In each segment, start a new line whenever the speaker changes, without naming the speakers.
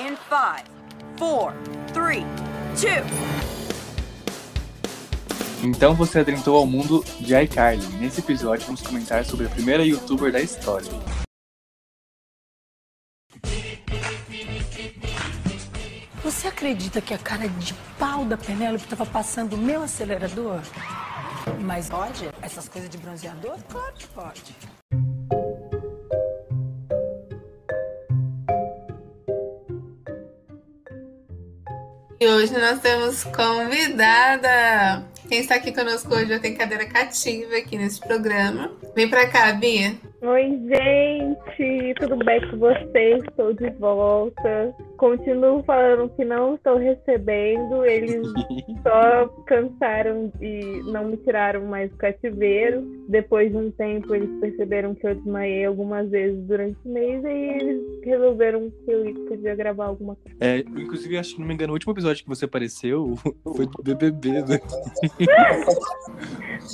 in five, four, three, two.
Então você adentro ao mundo de iCarly. Nesse episódio vamos comentar sobre a primeira youtuber da história.
Você acredita que a cara de pau da Penélope tava passando o meu acelerador? Mas pode? Essas coisas de bronzeador? Claro que pode.
E hoje nós temos convidada. Quem está aqui conosco hoje já tem cadeira cativa aqui nesse programa. Vem pra cá, Bia.
Oi, gente, tudo bem com vocês? Estou de volta. Continuo falando que não estou recebendo, eles só cansaram e não me tiraram mais do cativeiro. Depois de um tempo, eles perceberam que eu desmaiei algumas vezes durante o mês e eles resolveram que eu podia gravar alguma coisa.
É, inclusive, acho que não me engano, o último episódio que você apareceu foi do BBB, né?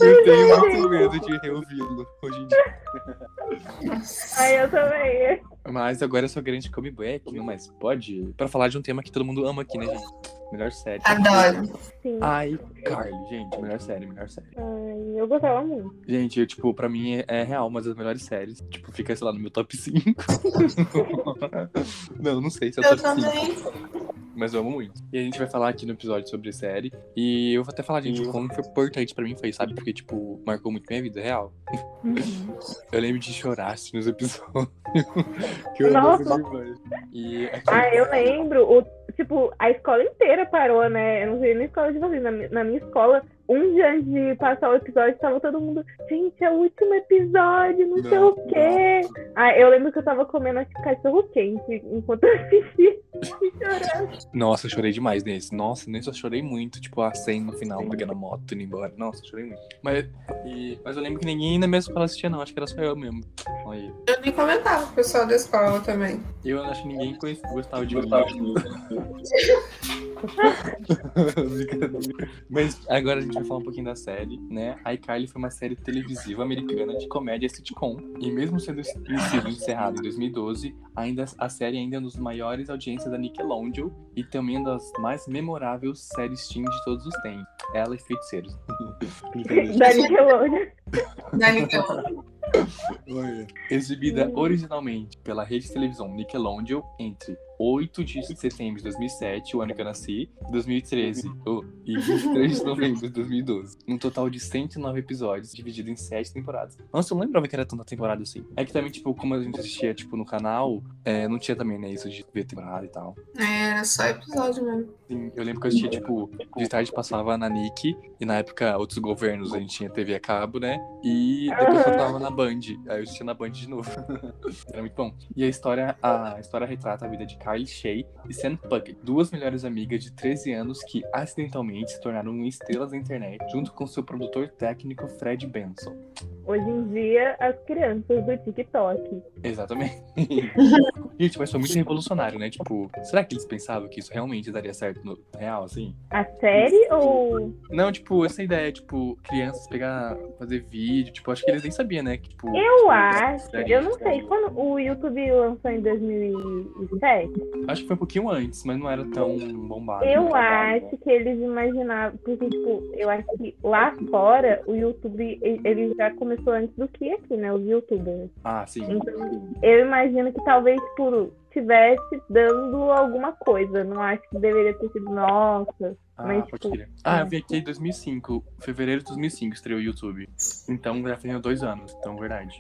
Eu tenho muito medo de reouvi-lo hoje em dia.
Aí eu também.
Mas agora é só grande comeback, não mais pode? Pra falar de um tema que todo mundo ama aqui, né, gente? Melhor série.
Adoro.
Sim.
Ai, Carly, gente, melhor série, melhor série.
Ai, eu gostava muito.
Gente, eu, tipo, pra mim é, é real uma das melhores séries. Tipo, fica, sei lá, no meu top 5. não, não sei se é
Eu
top 5.
também.
Mas eu amo muito. E a gente vai falar aqui no episódio sobre série. E eu vou até falar, gente, como foi importante pra mim foi, sabe? Porque, tipo, marcou muito minha vida, é real.
Uhum.
eu lembro de chorar assim, nos episódios. que eu amo essas
Nossa.
irmãs. E aqui,
Ah, eu lembro. O, tipo, a escola inteira parou, né? Eu não sei na escola de vocês. Na, mi- na minha escola, um dia antes de passar o episódio, tava todo mundo. Gente, é o último episódio, não, sei o quê. Ah, eu lembro que eu tava comendo acho que cachorro quente enquanto eu assistia e chorando.
Nossa, eu chorei demais nesse. Nossa, nesse eu chorei muito. Tipo, a cena no final, pegando a moto, indo embora. Nossa, eu chorei muito. Mas, e- mas eu lembro que ninguém na minha escola assistia, assim, "Ah, não. Acho que era só eu mesmo. Olha aí.
Eu nem comentava com o pessoal da escola também.
Eu acho que ninguém conhecia, gostava de mim. Brincadeira. Mas agora a gente vai falar um pouquinho da série, né? A iCarly foi uma série televisiva americana de comédia sitcom. E mesmo sendo sido encerrada em 2012, ainda, a série ainda é uma das maiores audiências da Nickelodeon e também uma das mais memoráveis séries teen de todos os tempos. Ela e Feiticeiros. Brincadeira.
Da Nickelodeon.
Da Nickelodeon.
Exibida originalmente pela rede de televisão Nickelodeon entre 8 de setembro de 2007, o ano que eu nasci, 2013 oh, e 23 de novembro de 2012. Um total de 109 episódios, dividido em 7 temporadas. Nossa, eu não lembrava que era tanta temporada assim. É que também, tipo, como a gente assistia, tipo, no canal, é, não tinha também, né, isso de ver temporada e tal.
É, Era só episódio mesmo.
Sim, eu lembro que eu assistia, tipo, de tarde passava na Nick, e na época outros governos a gente tinha TV a cabo, né? E depois eu
Aham.
tava na Band, aí eu assistia na Band de novo. Era muito bom. E a história, a história retrata a vida de Carly Shay e Sam Puckett, duas melhores amigas de 13 anos que acidentalmente se tornaram um estrelas da internet, junto com seu produtor técnico Fred Benson.
Hoje em dia, as crianças do TikTok.
Exatamente. Gente, mas foi muito revolucionário, né? Tipo, será que eles pensavam que isso realmente daria certo no real, assim?
A série ou.
Não, tipo, essa ideia, tipo, crianças pegar, fazer vídeo, tipo, acho que eles nem sabiam, né? Que, tipo,
Eu acho. Eu não sei. Quando o YouTube lançou em 2007?
Acho que foi um pouquinho antes, mas não era tão bombado. né.
Eu acho que eles imaginavam, porque, tipo, eu acho que lá fora o YouTube, e- ele já começou antes do que aqui, né? Os youtubers.
Ah, sim.
Então, eu imagino que talvez, tipo, tivesse dando alguma coisa. Não acho que deveria ter sido, nossa.
Ah,
mas,
pode
tipo,
crer. Ah, eu vi aqui em 2005, fevereiro de 2005 estreou o YouTube. Então já fez dois anos, então verdade.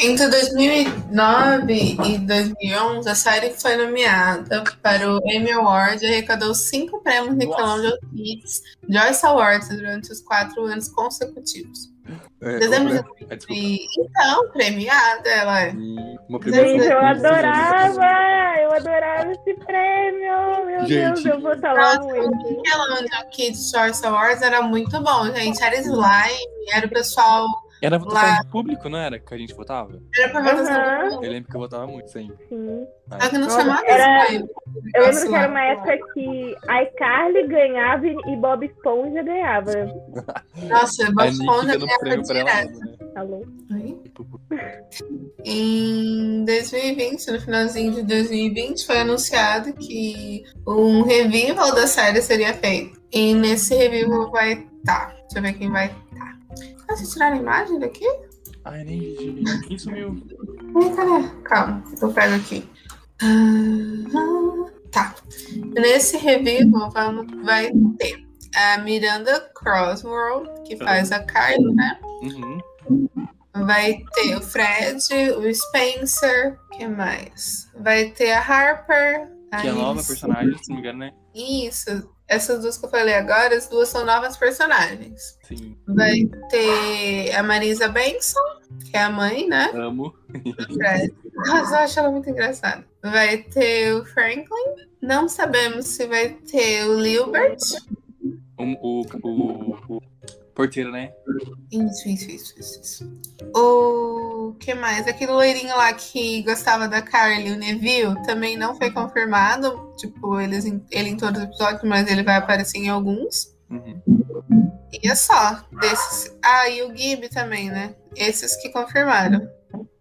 Entre 2009 e 2011, a série foi nomeada para o Emmy Award e arrecadou cinco prêmios Nickelodeon Kids Joyce Awards durante os quatro anos consecutivos.
É,
Dezembro
outra- é, desculpa.
E então, premiada ela é.
E Uma assim,
Gente, eu
Nossa,
adorava! Eu adorava esse prêmio! Meu
Gente.
Deus, eu vou falar um
Nossa,
muito.
o Nickelodeon Kids Choice Awards era muito bom, gente. Era slime, era o pessoal.
Era votação de público, não era? Que a gente votava?
Era pra ver
Aham.
uhum.
Eu lembro que eu votava muito sempre.
Sim.
Só que não
Nossa,
chamava
era-
slime.
Eu lembro que era uma época que a iCarly ganhava e Bob Esponja ganhava.
Nossa,
A
Bob
Nick
Esponja
dando prêmio
ganhava
pra ela
direto.
mesma, né?
Alô?
Oi?
Tipo,
Em 2020, no finalzinho de 2020, foi anunciado que um revival da série seria feito. E nesse revival vai estar. Deixa eu ver quem vai estar. Ah, vocês tiraram a imagem daqui?
Ai, nem vi. Quem sumiu?
Ai, cadê? né? Calma, eu pego aqui. Ah, tá. Nesse revival vamos, vai ter a Miranda Crossworld, que faz a Carly, né?
Uhum.
Vai ter o Fred, o Spencer, que mais? Vai ter a Harper. a
Que é nova
Alice.
personagem, se não me engano, né?
Isso. Essas duas que eu falei agora, as duas são novas personagens.
Sim.
Vai ter a Marisa Benson, que é a mãe, né?
Amo. Uhum.
Fred. Nossa, eu acho ela muito engraçada. Vai ter o Franklin. Não sabemos se vai ter o Gilbert.
Um, O, o, o, o porteiro, né?
Isso, isso, isso, isso, isso. O que mais? Aquele loirinho lá que gostava da Carly, o Neville, também não foi confirmado. Tipo, eles em- ele em todos os episódios, mas ele vai aparecer em alguns.
Uhum.
E é só. Desses. Ah, e o Gib também, né? Esses que confirmaram.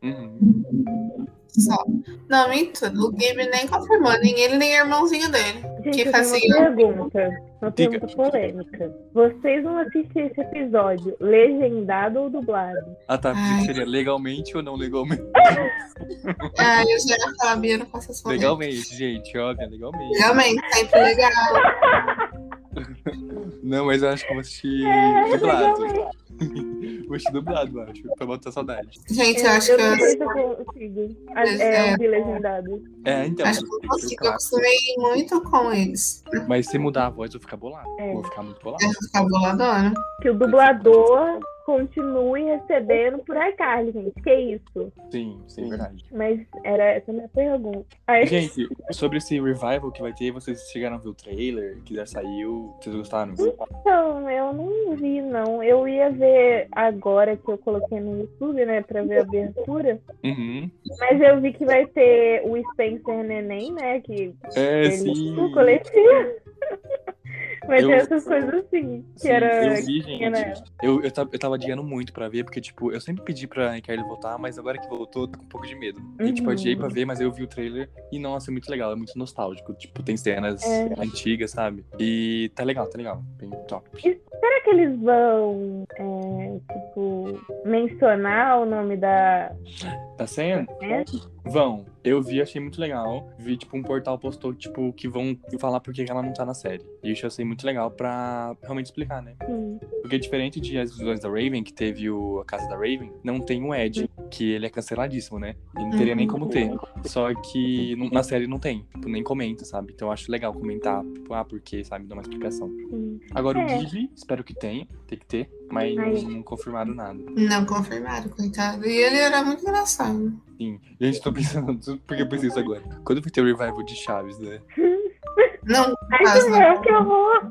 Uhum.
Só. Não, minto. O Gib nem confirmou, nem ele, nem o irmãozinho dele.
Gente, eu
fazia-
tenho uma pergunta. Uma
Diga.
pergunta polêmica. Vocês vão assistir esse episódio legendado ou dublado?
Ah, tá. pensei
Ai.
que Seria legalmente ou não legalmente?
Ah, eu já ia falar, Bia, não faço essa legal.
Legalmente, gente. Óbvio, legalmente.
Legalmente, sempre legal.
Não, mas eu acho que eu vou assistir
É,
dublado. Vou assistir dublado, eu acho. Pra botar saudade.
Gente, eu acho que
não sei
eu,
se eu consigo ah, é,
É.
ouvir legendado.
É, então.
acho que eu
tem que ser
consigo.
clássico.
Eu acostumei muito com eles.
Mas se mudar a voz, eu vou ficar bolado. Vou ficar muito bolado.
Eu vou ficar boladona.
É. Que o dublador continue recebendo por iCarly, gente. Que isso?
É.
Sim, sim, é verdade.
Mas era essa a minha pergunta. Ai,
Gente, sobre esse revival que vai ter, vocês chegaram a ver o trailer que já saiu? Vocês gostaram?
Então, eu não vi, não. Eu ia ver agora que eu coloquei no YouTube, né, pra ver a abertura.
Uhum.
Mas eu vi que vai ter o Spencer Neném, né, que
É, sim.
ele um o coletivo. Mas
Eu-
tem essas coisas assim, que
Sim,
era...
eu vi,
tinha, né?
gente. Eu, eu, tava, eu tava adiando muito pra ver, porque, tipo, eu sempre pedi pra Kelly voltar, mas agora que voltou, tô com um pouco de medo. E, tipo, eu
Uhum.
adiei pra ver, mas eu vi o trailer e, nossa, é muito legal, é muito nostálgico. Tipo, tem cenas
É.
antigas, sabe? E tá legal, tá legal. Bem top.
Será que eles vão, é, tipo, mencionar o nome da...
Tá sendo?
É?
Vão. Eu vi, achei muito legal. Vi, tipo, um portal postou, tipo, que vão falar por que que ela não tá na série. E isso eu achei muito legal pra realmente explicar, né?
Sim.
Porque diferente de As Visões da Raven, que teve o, a Casa da Raven, não tem o Ed, que ele é canceladíssimo, né? E não teria nem como ter. Só que n- na série não tem, tipo, nem comenta, sabe? Então eu acho legal comentar, tipo, ah, por quê, sabe? Dar uma explicação.
Sim.
Agora
É.
o Gibi, espero que tenha, tem que ter, mas
Ai.
não confirmaram nada.
Não confirmaram, coitado. E ele era muito engraçado.
Sim. Gente, tô pensando, porque eu pensei isso agora. Quando vai ter o revival de Chaves, né?
Não,
Ai,
Mas Ah,
que
não.
horror, é que horror!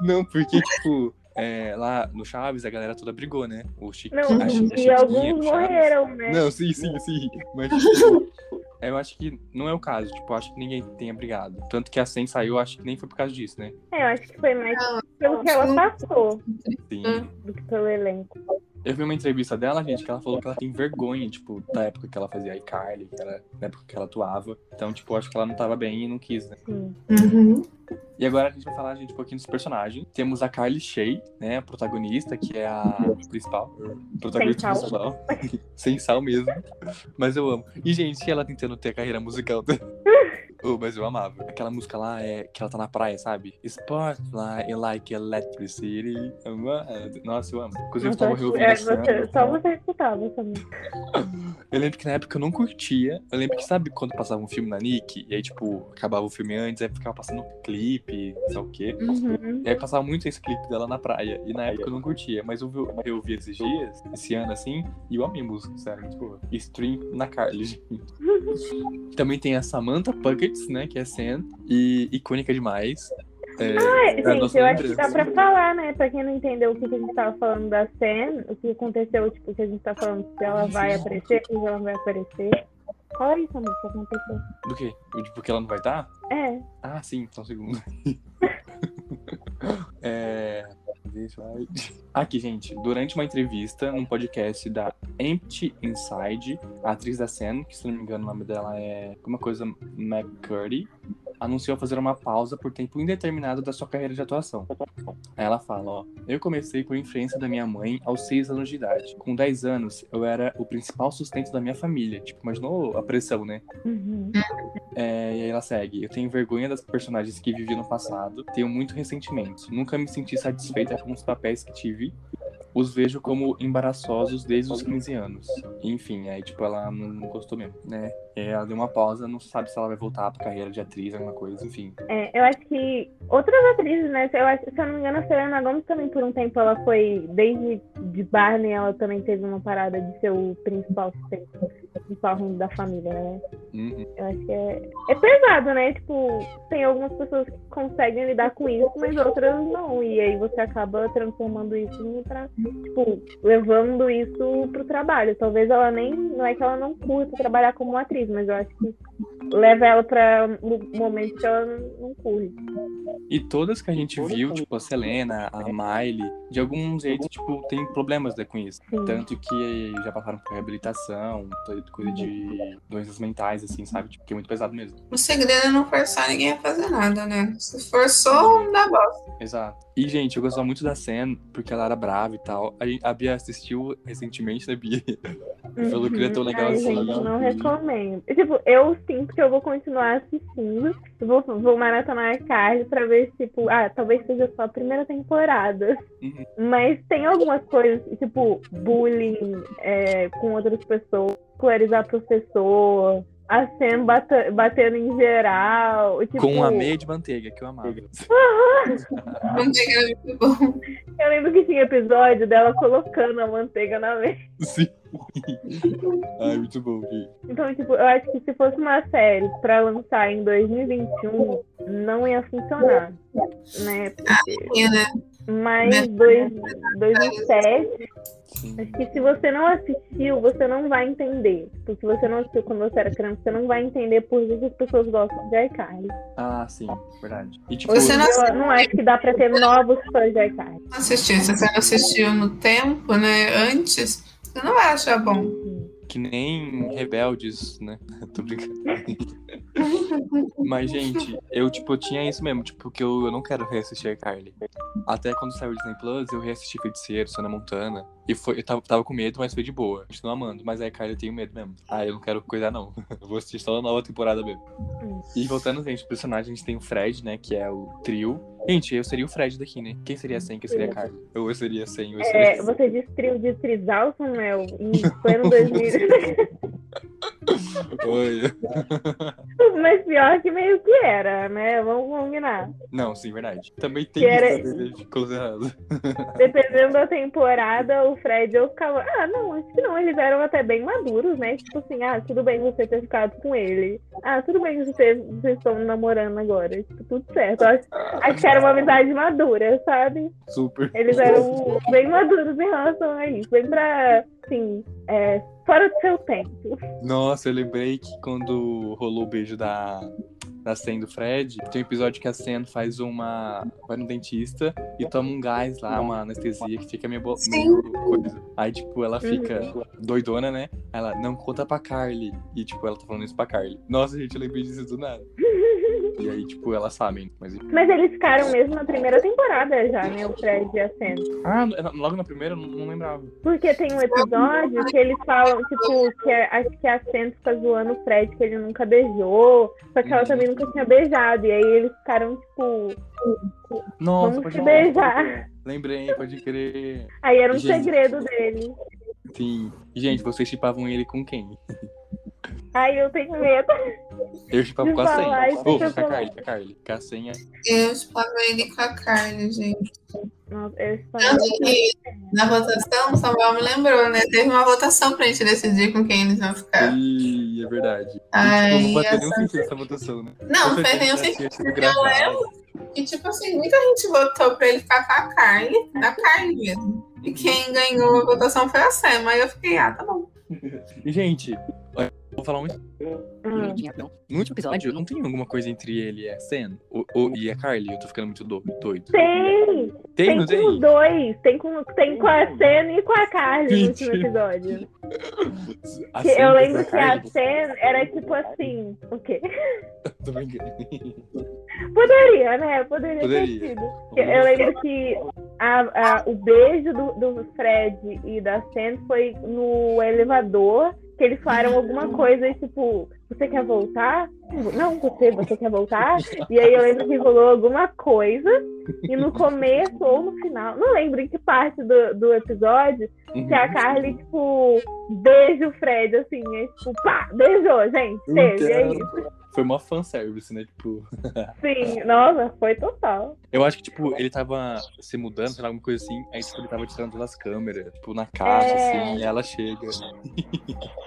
Não, porque, tipo, é, lá no Chaves a galera toda brigou, né? O Chico.
Não,
a Chi- a
e
Chiquinha do
alguns
Chaves.
morreram, né?
é Não, sim, sim, sim. Mas, tipo, eu acho que não é o caso. Tipo, eu acho que ninguém tenha brigado. Tanto que a 100 saiu, eu acho que nem foi por causa disso, né?
É, eu acho que foi mais
Não,
pelo que ela
não.
passou
Sim.
Hum.
do que pelo elenco.
Eu vi uma entrevista dela, gente, que ela falou que ela tem vergonha, tipo, da época que ela fazia iCarly, que ela, da época que ela atuava. Então, tipo, eu acho que ela não tava bem e não quis, né?
Sim.
uhum.
E agora a gente vai falar, gente, um pouquinho dos personagens. Temos a Carly Shay, né, a protagonista, que é a principal. Protagonista
Sem sal.
principal. Sem sal mesmo. Mas eu amo. E, gente, ela tentando ter a carreira musical dela. Oh, mas eu amava. Aquela música lá é que ela tá na praia, sabe? Spotlight like electricity. Amado. Nossa, eu amo. Inclusive, eu
Nossa,
tava ouvindo
é,
esse ano.
você- só
né?
você escutava essa música.
Eu lembro que na época eu não curtia. Eu lembro que, sabe, quando passava um filme na Nick, e aí, tipo, acabava o filme antes, aí ficava passando clipe, não sei o quê.
Uhum.
E aí passava muito esse clipe dela na praia. E na época eu não curtia, mas eu vi, eu vi esses dias, esse ano assim, e eu amei a música, sério, muito boa. Stream na Carly, gente. Também tem a Samantha Puckets, né, que é Sam, e icônica demais. É,
É,
da
Gente,
nossa
eu acho que dá
lembrança.
pra falar, né? Pra quem não entendeu o que que a gente tava falando da Sam, o que aconteceu, tipo, o que a gente tá falando, se ela vai aparecer, se ela não vai aparecer. Olha isso, amor, o que aconteceu.
Do quê? Tipo, que ela não vai estar?
É,
Ah, sim, só um segundo. é... Deixa eu... Aqui, gente, durante uma entrevista num podcast da Empty Inside. A atriz da Sam, que se não me engano o nome dela é alguma coisa McCurdy, anunciou fazer uma pausa por tempo indeterminado da sua carreira de atuação. Aí ela fala, ó, eu comecei por influência da minha mãe aos 6 anos de idade. Com 10 anos, eu era o principal sustento da minha família. Tipo, imaginou a pressão, né?
Uhum.
É, e aí ela segue. Eu tenho vergonha das personagens que vivi no passado. Tenho muito ressentimento. Nunca me senti satisfeita com os papéis que tive. Os vejo como embaraçosos desde os 15 anos. Enfim, aí tipo, ela não não gostou mesmo, né? E aí ela deu uma pausa, não sabe se ela vai voltar pra carreira de atriz, alguma coisa, enfim.
É, eu acho que outras atrizes, né? Eu acho, se eu não me engano, a Selena Gomes também por um tempo ela foi, desde de Barney, ela também teve uma parada de ser o principal sustento, o principal ruim da família, né?
Uhum.
Eu acho que é, é pesado, né? Tipo, tem algumas pessoas que conseguem lidar com isso, mas outras não. E aí você acaba transformando isso em pra, tipo, levando isso pro trabalho. Talvez ela nem. Não é que ela não curta trabalhar como atriz, mas eu acho que leva ela pra um momento que ela não- não curte.
E todas que a gente viu, tipo, a Selena, a Miley, de algum jeito, tipo, tem problemas né, com isso.
Sim.
Tanto que já passaram por reabilitação, coisa de doenças mentais, assim, sabe? Tipo, que é muito pesado mesmo.
O segredo é não forçar ninguém a fazer nada, né? Se forçou, dá bosta.
Exato. E, gente, eu gostava muito da Sam, porque ela era brava e tal. A, gente- a Bia assistiu recentemente, né, Bia? Falou que ele é tão legal
Uhum. Ai,
assim.
gente, não recomendo. Tipo, eu sinto que eu vou continuar assistindo. Eu Vou, vou maratonar a Carly pra ver, tipo, ah, talvez seja só a primeira temporada.
Uhum.
Mas tem algumas coisas, tipo, bullying é, com outras pessoas, polarizar professor, a Sam bata- batendo em geral. Tipo,
Com um a meia de manteiga, que eu amava.
Não diga muito bom.
Eu lembro que tinha episódio dela colocando a manteiga na mesa.
Sim. Ai, muito bom, gente.
Então, tipo, eu acho que se fosse uma série pra lançar em 2021, não ia funcionar, né? Porque-
E, né?
Mas dois, 2007,
Sim.
acho É que se você não assistiu, você não vai entender. Porque se você não assistiu quando você era criança, você não vai entender por que que as pessoas gostam de iCarly.
Ah, sim, verdade. E, tipo,
Você não
Eu não acho que dá pra ter novos fãs de iCarly.
assistiu. Se você não assistiu no tempo, né? Antes, você não vai achar bom.
que nem rebeldes, né? Tô brincando. Mas, gente, eu, tipo, tinha isso mesmo, tipo, que eu, eu não quero reassistir a Carly. Até quando saiu o Disney Plus, eu reassisti Feiticeiro, Santa Montana. E foi, eu tava, tava com medo, mas foi de boa. Continuo amando, mas aí, Carly, eu tenho medo mesmo. Ah, eu não quero cuidar, não. Eu vou assistir só a nova temporada mesmo. E voltando, gente, os personagens tem o Fred, né? Que é o trio. Gente, eu seria o Fred daqui, né? Quem seria sem? Quem seria a Carly? Eu seria sem, eu seria
É, você diz trio de Trisalson, né? Em pleno 2000.
Oi.
um, Mas pior que meio que era, né? Vamos combinar.
Não, sim, verdade. Também tem
Que era-
isso, né, de coisa errada.
Dependendo da temporada, o Fred eu ficava. Ah, não, acho que não. Eles eram até bem maduros, né? Tipo assim, ah, tudo bem você ter ficado com ele. Ah, tudo bem você, vocês estão namorando agora. Tipo, tudo certo. Eu Acho, acho que era uma amizade madura, sabe?
Super.
Eles eram bem maduros em relação a isso. Bem pra, assim, é, fora do seu tempo.
Nossa, eu lembrei que quando rolou o beijo da, da Sam do Fred, tem um episódio que a Sam faz uma. vai no dentista e toma um gás lá, uma anestesia que fica meio, bo-
Sim.
meio coisa. Aí, tipo, ela fica
Uhum.
doidona, né? Aí Ela, não conta pra Carly. E, tipo, ela tá falando isso pra Carly. Nossa, gente, eu lembrei disso do nada. e aí, tipo, elas sabem. Mas...
Mas eles ficaram mesmo na primeira temporada já, né? O Fred e a Sam.
Ah, logo na primeira eu não, não lembrava.
Porque tem um episódio que eles falam, tipo, que a- acho que a Sam fica zoando o Fred que ele nunca beijou, só que ela
Uhum.
também nunca tinha beijado. E aí eles ficaram, tipo,
Nossa,
vamos
pode
se
crer.
beijar.
Lembrei, pode crer.
Aí era um
Gente.
segredo dele.
Sim. Gente, vocês chipavam ele com quem?
Aí eu tenho medo.
Eu chipava com a
Vai lá,
senha.
isso
Ô,
que
com
eu
a
tô-
Carly, com a Carly. Com a senha.
Eu exploro ele com a Carly, gente.
Nossa, eu só-
Tanto que na votação, o Samuel me lembrou, né? Teve uma votação pra gente decidir com quem eles vão ficar.
Ih, é verdade.
Ai,
e, tipo, não bateu
essa-
nenhum sentido essa votação, né?
Não,
Com
não é fez
certeza
nenhum
já tinha
sentido.
sido gravado.
E tipo assim, muita gente votou pra ele ficar com a Carly, da Carly mesmo. E quem ganhou a votação foi a Sam. Aí eu fiquei, ah, tá bom.
E, Gente, o falar um
Hum.
No último episódio, não tem alguma coisa entre ele e a Sam? O, o- e a Carly? Eu tô ficando muito do- doido.
Tem!
Tem,
Tem
não
com os
tem?
dois. Tem com, tem com a Sen e com a Carly no último
Mentira.
episódio.
A
Que
Sam
eu
com
lembro que a
Carly?
Sen era tipo assim. O quê?
Tô brincando.
Poderia, né? Poderia,
Poderia.
ter sido. Que Eu lembro que a- a- o beijo do, do Fred e da Sam foi no elevador, que eles falaram
Hum.
alguma coisa e tipo, você quer voltar? Não, você, você quer voltar? E aí eu lembro que rolou alguma coisa, e no começo ou no final, não lembro em que parte do, do episódio,
Uhum.
que a Carly, tipo, beija o Fred, assim, e, tipo, pá, beijou, gente,
Eu
teve, é
quero.
isso.
Foi uma fanservice, né? Tipo,
Sim, nossa, foi total.
eu acho que, tipo, ele tava se mudando, sei lá, alguma coisa assim. Aí, tipo, ele tava tirando das câmeras, tipo, na casa,
É.
assim, e ela chega.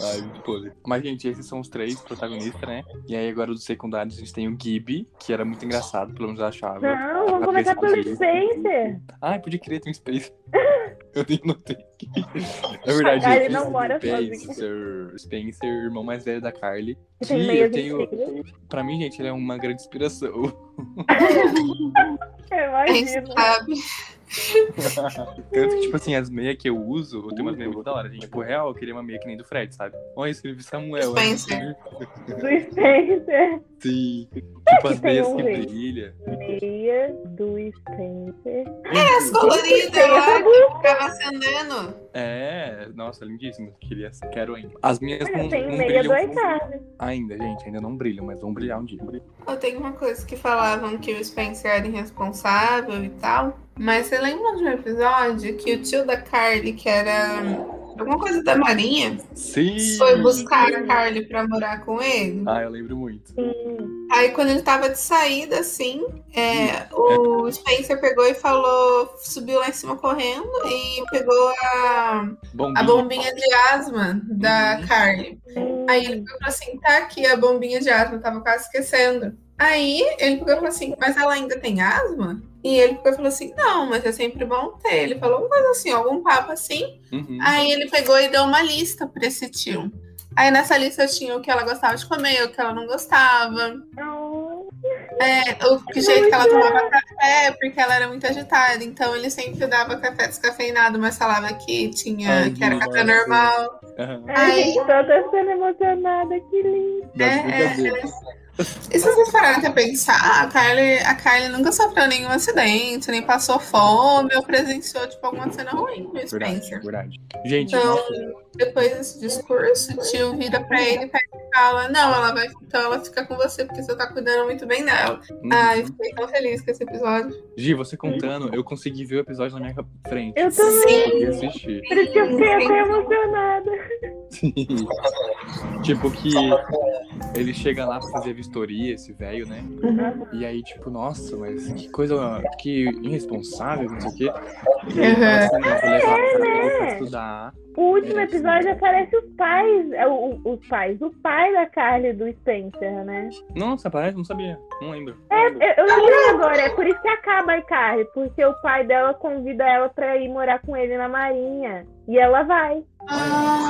Ai, muito podre. Mas, gente, esses são os três protagonistas, né? E aí, agora dos secundários, a gente tem o Gibi, que era muito engraçado, pelo menos eu achava.
Não, vamos
A
começar pelo
pesquisa.
Spencer.
Ai, podia querer ter um Space. Eu nem notei. É
A
verdade.
Carly
eu
Ah, não
fiz
mora
Spencer, Spencer, irmão mais velho da Carly. Que
Tem meias
eu tenho.
incríveis.
Pra mim, gente, ele é uma grande inspiração.
Eu
A gente tá
imagino.
sabe.
Tanto que, tipo assim, as meias que eu uso, eu tenho umas meias muito da hora, gente.
Uhum.
Tipo, real, eu queria uma meia que nem do Fred, sabe? Olha, eu escrevi Samuel. olha, eu escrevi-
Do Spencer.
Sim. Tipo, as
tem
meias
um
que
jeito.
brilha.
Meia do Spencer.
As coloridas, eu acho que ficava acendendo.
É, nossa, lindíssimo. Queria, quero ainda. As minhas
Olha,
não,
tem
não
meia do
brilham
Aitar.
ainda, gente. Ainda não brilham, mas vão brilhar um dia.
Eu tenho uma coisa que falavam que o Spencer era irresponsável e tal. Mas você lembra de um episódio que o tio da Carly, que era hum, alguma coisa da Marinha,
Sim!
foi buscar a Carly pra morar com ele?
Ah, eu lembro muito.
Sim.
Aí quando ele tava de saída, assim, é, o Spencer pegou e falou, subiu lá em cima correndo e pegou a, a
Bombinha.
bombinha de asma da Carly. Aí ele pegou e falou assim, tá aqui a bombinha de asma, tava quase esquecendo. Aí ele pegou e falou assim, mas ela ainda tem asma? E ele pegou e falou assim, não, mas é sempre bom ter. Ele falou uma coisa assim, algum papo assim.
Uhum.
Aí ele pegou e deu uma lista pra esse tio. Aí nessa lista tinha o que ela gostava de comer, o que ela não gostava.
Não.
É, o que jeito que ela tomava café, porque ela era muito agitada. Então ele sempre dava café descafeinado, mas falava que tinha
Ai,
que era café
nossa.
normal.
Aham.
Ai,
Ai.
gente, tô até sendo emocionada, que lindo.
Das
é, É,
brincadeiras.
E se vocês pararem pra pensar, ah, a Carly, a Carly nunca sofreu nenhum acidente, nem passou fome, ou presenciou tipo, alguma cena ruim com o
Verdade,
Spencer.
verdade. Gente,
Então,
nossa,
depois desse discurso, o tio vira pra ele e fala: Não, ela vai, então ela fica com você, porque você tá cuidando muito bem dela.
uhum.
Ai, eu fiquei tão feliz com esse episódio.
Gi, você contando, eu consegui ver o episódio na minha frente.
Eu
Sim.
também.
consegui assistir.
Por isso que eu fiquei até emocionada.
tipo que ele chega lá pra fazer a vistoria, esse velho, né?
Uhum.
E aí, tipo, nossa, mas que coisa, que irresponsável, não sei o quê. E ele
Uhum.
fala assim, não, eu vou levar
É,
pra
né?
ela pra estudar.
O último episódio aparece os pais. é, o- o- Os pais. O pai da Carly e do Spencer, né?
Nossa, parece, não sabia, não lembro.
É, Eu, eu lembrei agora, é por isso que acaba a Carly, porque o pai dela convida ela pra ir morar com ele na Marinha. E ela vai.
Ah,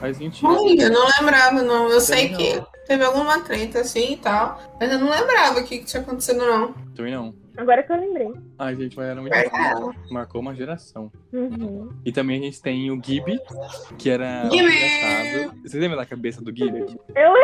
Faz sentido.
Olha, eu não lembrava, não. Eu sei que teve alguma treta assim e tal, mas eu não lembrava o que, que tinha acontecido, não.
Também não.
Agora que eu lembrei.
Ai, gente, mas era muito
É. Verdade.
Marcou uma geração.
Uhum.
E também a gente tem o Gibi, que era
Gibi!
engraçado. Você lembra da cabeça do Gibi?
Eu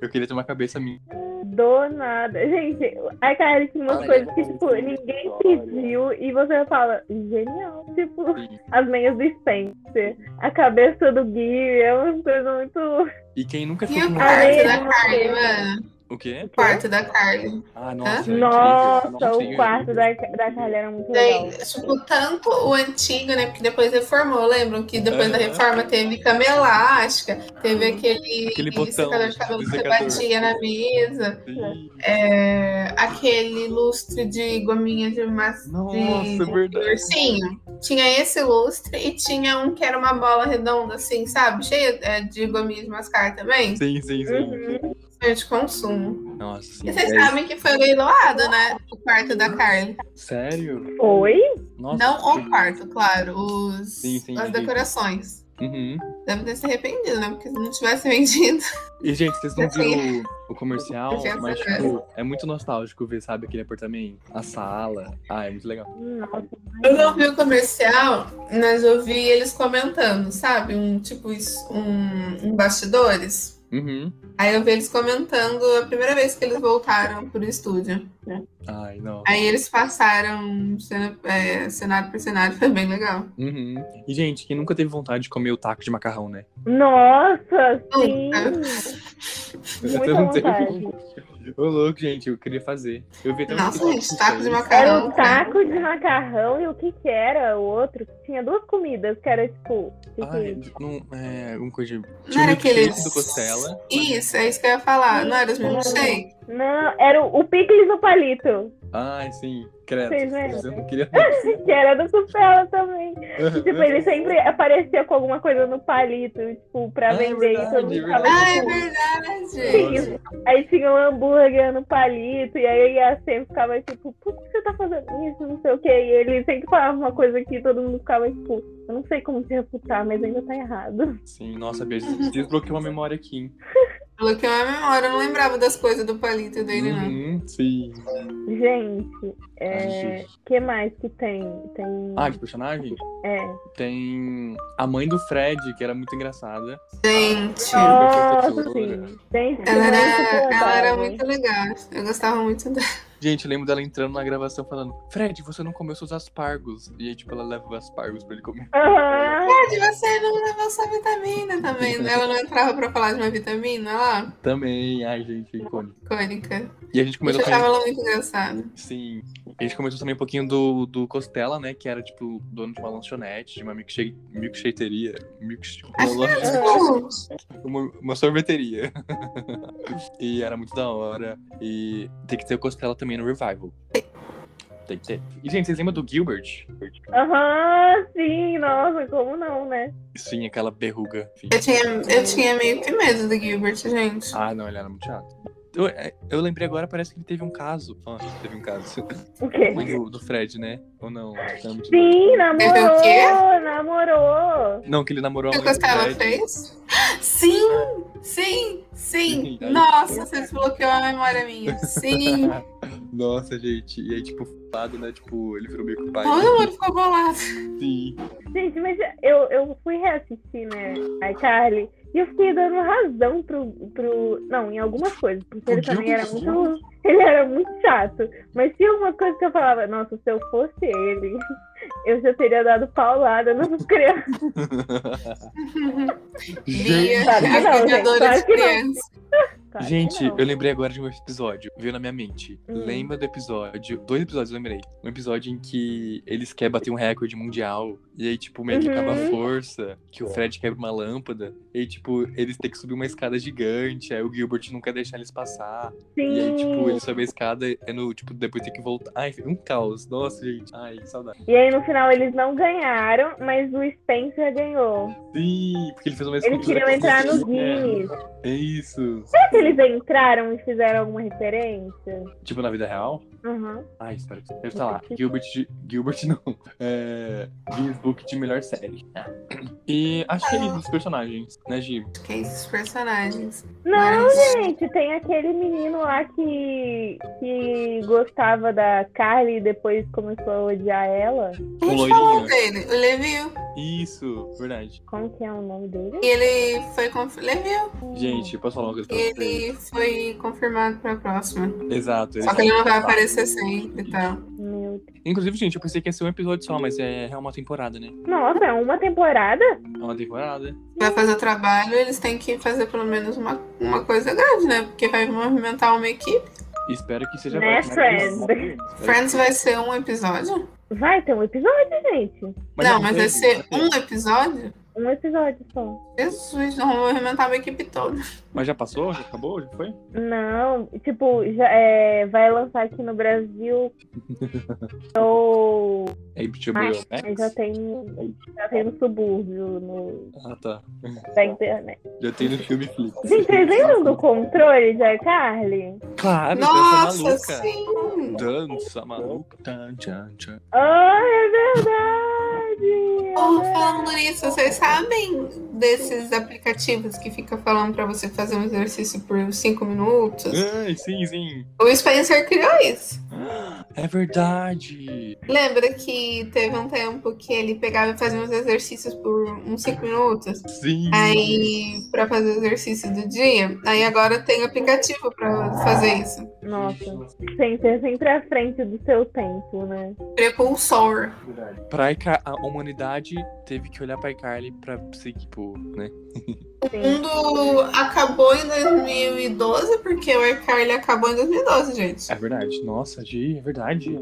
Eu queria ter uma cabeça minha.
Do nada. Gente, a Carly tinha umas
Olha,
coisas que, tipo, ninguém pediu e você fala, genial. Tipo,
Sim.
as meias do Spencer, a cabeça do Gui, é uma coisa muito.
E quem nunca
E
ficou
o né?
com
quarto
Amei
raiva?
da
você.
Carly, mano?
O quê?
O quarto da Carly.
Ah, nossa. é
Nossa,
incrível.
o quarto da, da Carly era muito legal.
Daí, tipo, tanto o antigo, né? Porque depois reformou, lembram? Que depois da
Aham. Uhum.
reforma teve cama elástica, teve aquele,
Aquele botão
secador de cabelo que você
secador.
batia na mesa,
Sim.
é, aquele lustre de gominha de maçã.
Nossa, é
Sim.
verdade.
Ursinho. Tinha esse lustre e tinha um que era uma bola redonda, assim, sabe? Cheia é, de gominha de mascar também.
Sim, sim, sim.
Uhum.
Sonho de consumo.
Nossa, sim.
E vocês
É
sabem que foi leiloado, né? O quarto da Carly.
isso. Sério?
Foi?
Nossa,
Não o
que-
quarto, claro. Os,
Sim, sim,
as
sim.
decorações.
Uhum.
Deve ter se arrependido, né? Porque se não tivesse vendido.
E, gente, vocês não
Eu sei.
viram o, o comercial,
Eu sei
mas,
essa
tipo, é muito nostálgico ver, sabe, aquele apartamento, a sala. Ah, é muito legal.
Nossa,
Eu não vi o comercial, mas eu vi eles comentando, sabe? Um tipo isso, um, um bastidores.
Uhum.
Aí eu vi eles comentando a primeira vez que eles voltaram pro estúdio.
Ai, não.
Aí eles passaram cena- é, cenário por cenário, foi bem legal.
Uhum. E, gente, quem nunca teve vontade de comer o taco de macarrão, né?
nossa sim.
Nunca.
Muita
não tenho
vontade.
vontade. Ô, louco, gente, eu queria fazer. Eu vi até um
Nossa,
TikTok
gente,
disso
taco
aí.
de macarrão.
Era um taco de macarrão e o que que era? O outro tinha duas comidas, que era tipo. que
Ai,
que-
não, é, alguma coisa de...
Não era aquele.
milkshake Tipo, do Costela.
Isso, é isso que eu ia falar. Não era os milkshake?
Não, era o, o picles no palito,
Ai, sim, credo.
Vocês lembram?
Eu não queria...
que era do Costela também. Tipo, ele sempre aparecia com alguma coisa no palito, tipo, pra
Ah, é
vender.
verdade,
então não
é
ficava,
verdade.
Ah, é
tipo,
verdade.
Sim, aí tinha um hambúrguer no palito, e aí a sempre ficava tipo, por que você tá fazendo isso, não sei o que. E ele sempre falava uma coisa que todo mundo ficava tipo, eu não sei como te refutar, mas ainda tá errado.
Sim, nossa, Bia, desbloqueou uma memória aqui, hein?
Bloqueou a é memória, eu não lembrava das coisas do palito dele, não.
Uhum, sim.
Gente, é.
Ai,
O que mais que tem? Tem.
Ah, de personagem?
É.
Tem a mãe do Fred, que era muito engraçada.
Gente.
Nossa,
professora.
sim. Gente,
Ela
muito né?
era, ela
saudável.
era muito legal. Eu gostava muito dela.
Gente, eu lembro dela entrando na gravação falando: Fred, você não comeu seus aspargos. E aí, tipo, ela leva os aspargos pra ele comer.
Aham.
Verdade, Ah, você não levou sua vitamina também. né? Ela não entrava pra falar de uma vitamina lá,
Também, ai, gente, icônico.
icônica.
E a gente
Eu
começou
achava
também.
ela muito engraçada.
Sim. A gente começou também um pouquinho do, do Costela, né? Que era, tipo, dono de uma lanchonete, de uma milkshake, milkshakeria. Milksh...
Acho
uma lanchonete.
Tipo,
uma, uma sorveteria. e era muito da hora. E tem que ter o Costela também no Revival. Tem que ter. E, gente, vocês lembram do Gilbert?
Aham, sim, nossa, como não, né?
Sim, aquela berruga. Enfim.
eu, tinha,
Hum.
eu tinha meio que medo do Gilbert, gente.
Ah, não, ele era muito chato. Eu, é, eu lembrei agora, parece que ele teve um caso. Ah, teve um caso.
O quê?
Mãe do, do Fred, né? Ou não? Tá muito doido.
um Sim,
Teve Então, o quê?
namorou, namorou.
Não, que ele namorou a
O
mãe
que
do
ela
Fred.
fez? Sim! Sim! Sim!
Sim, aí-
Nossa, você desbloqueou a memória minha. Sim!
Nossa, gente. E aí, tipo, fado, né? Tipo, ele virou meio que o pai.
Todo mundo ficou bolado.
Sim.
Gente, mas eu, eu fui reassistir, né, a iCarly, e eu fiquei dando razão pro... pro não, em algumas coisas, porque
Pro
ele também era
Gilbert,
muito... Ele era muito chato. Mas tinha uma coisa que eu falava, nossa, se eu fosse ele, eu já teria dado paulada nas crianças.
Bia,
Claro que não, gente,
acusadora
claro
de
que não.
criança.
Claro que
Gente,
não.
eu lembrei agora de um episódio, veio na minha mente.
Hum.
Lembra do episódio, dois episódios eu lembrei. Um episódio em que eles querem bater um recorde mundial, e aí, tipo, meio que
Uhum.
acaba a força, que o Fred quebra uma lâmpada, e aí, tipo, eles têm que subir uma escada gigante, aí o Gilbert não quer deixar eles passar,
Sim.
e aí, tipo, ele sobe a escada, é no, tipo, depois tem que voltar. Ai, um caos, nossa, gente, ai, que saudade.
E aí no final eles não ganharam, mas o Spencer ganhou.
Sim, porque ele fez uma
Eles
escultura.
queriam entrar no
É,
Guinness.
é isso.
Será que eles entraram e fizeram alguma referência?
Tipo, na vida real?
Uhum.
Ai, espero que Deve estar lá. Gilbert, de- Gilbert não. É, Guinness Book de melhor série. E acho que é isso dos personagens, né, Gi?
Que esses personagens.
Não,
Mas-
gente, tem aquele menino lá que, que gostava da Carly e depois começou a odiar ela.
A
O
gente
loirinho.
falou dele, o Levil.
Isso, verdade.
Como que é o nome dele?
E ele foi conf... Levil.
Gente, posso falar uma coisa
E
pra vocês?
ele foi confirmado pra próxima.
Exato.
Só que ele não
Tá.
vai aparecer sempre então. e tal.
Meu Deus.
Inclusive, gente, eu pensei que ia ser um episódio só, mas é é uma temporada, né?
Nossa, é uma temporada?
É uma temporada.
Vai fazer o trabalho, eles têm que fazer pelo menos uma, uma coisa grande, né? Porque vai movimentar uma equipe.
E Espero que seja...
Né,
parte-
Friends?
É.
Friends vai ser um episódio?
Vai ter um episódio, gente.
não,
é
mas vai
teve,
ser
já teve.
um episódio?
Um episódio só.
Jesus, não vão movimentar uma equipe toda.
Mas já passou? Já acabou? Já foi?
Não, tipo, já, é, vai lançar aqui no Brasil. Ou.
É HBO
Mas- mas já
Max?
tem, já tem no subúrbio no,
Ah, tá.
da internet.
Já tem no filme Flix.
Gente, vocês lembram do controle de iCarly?
Claro, dança
Nossa,
maluca.
sim!
tá Dança maluca. Tchan, tchan, tchan.
Ah, é Oh, verdade!
Oh, falando nisso, vocês sabem desses aplicativos que fica falando pra você fazer um exercício por cinco minutos?
Ai, sim, sim.
O Spencer criou isso.
É verdade.
Lembra que teve um tempo que ele pegava e fazia uns exercícios por uns cinco minutos?
Sim.
Aí, pra fazer o exercício do dia, aí agora tem aplicativo pra fazer isso.
Nossa, sempre, é sempre à frente do seu tempo, né?
Prepulsor.
Pra Ica- a humanidade teve que olhar pra iCarly pra seguir, pô, né?
O mundo Um acabou em 2012, porque o iCarly acabou em 2012, gente. tá
É verdade. Nossa, Gi, é verdade.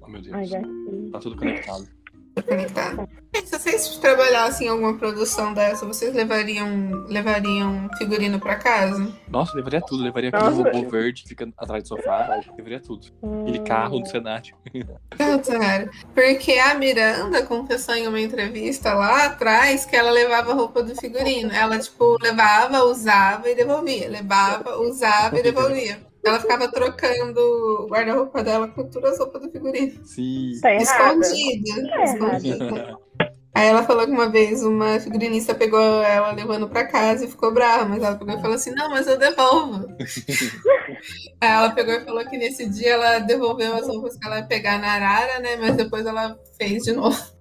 Oh, meu Deus.
Ai, gatinho.
Tá tudo conectado.
Tá conectado. Se vocês trabalhassem em alguma produção dessa, vocês levariam, levariam figurino pra casa?
Nossa, eu levaria tudo. Levaria aquele
Nossa.
robô verde que fica atrás do sofá. Levaria tudo. Aquele carro do cenário.
Ah, Cara, porque a Miranda confessou em uma entrevista lá atrás que ela levava a roupa do figurino. Ela, tipo, levava, usava e devolvia. Levava, usava e devolvia. Ela ficava trocando o guarda-roupa dela com todas as roupas do figurino.
Sim.
Tá errado.
Escondida.
Tá errado.
Escondida. Aí ela falou que uma vez uma figurinista pegou ela levando pra casa e ficou brava, mas ela pegou e falou assim: não, mas eu devolvo. Aí ela pegou e falou que nesse dia ela devolveu as roupas que ela ia pegar na arara, né? Mas depois ela fez de novo.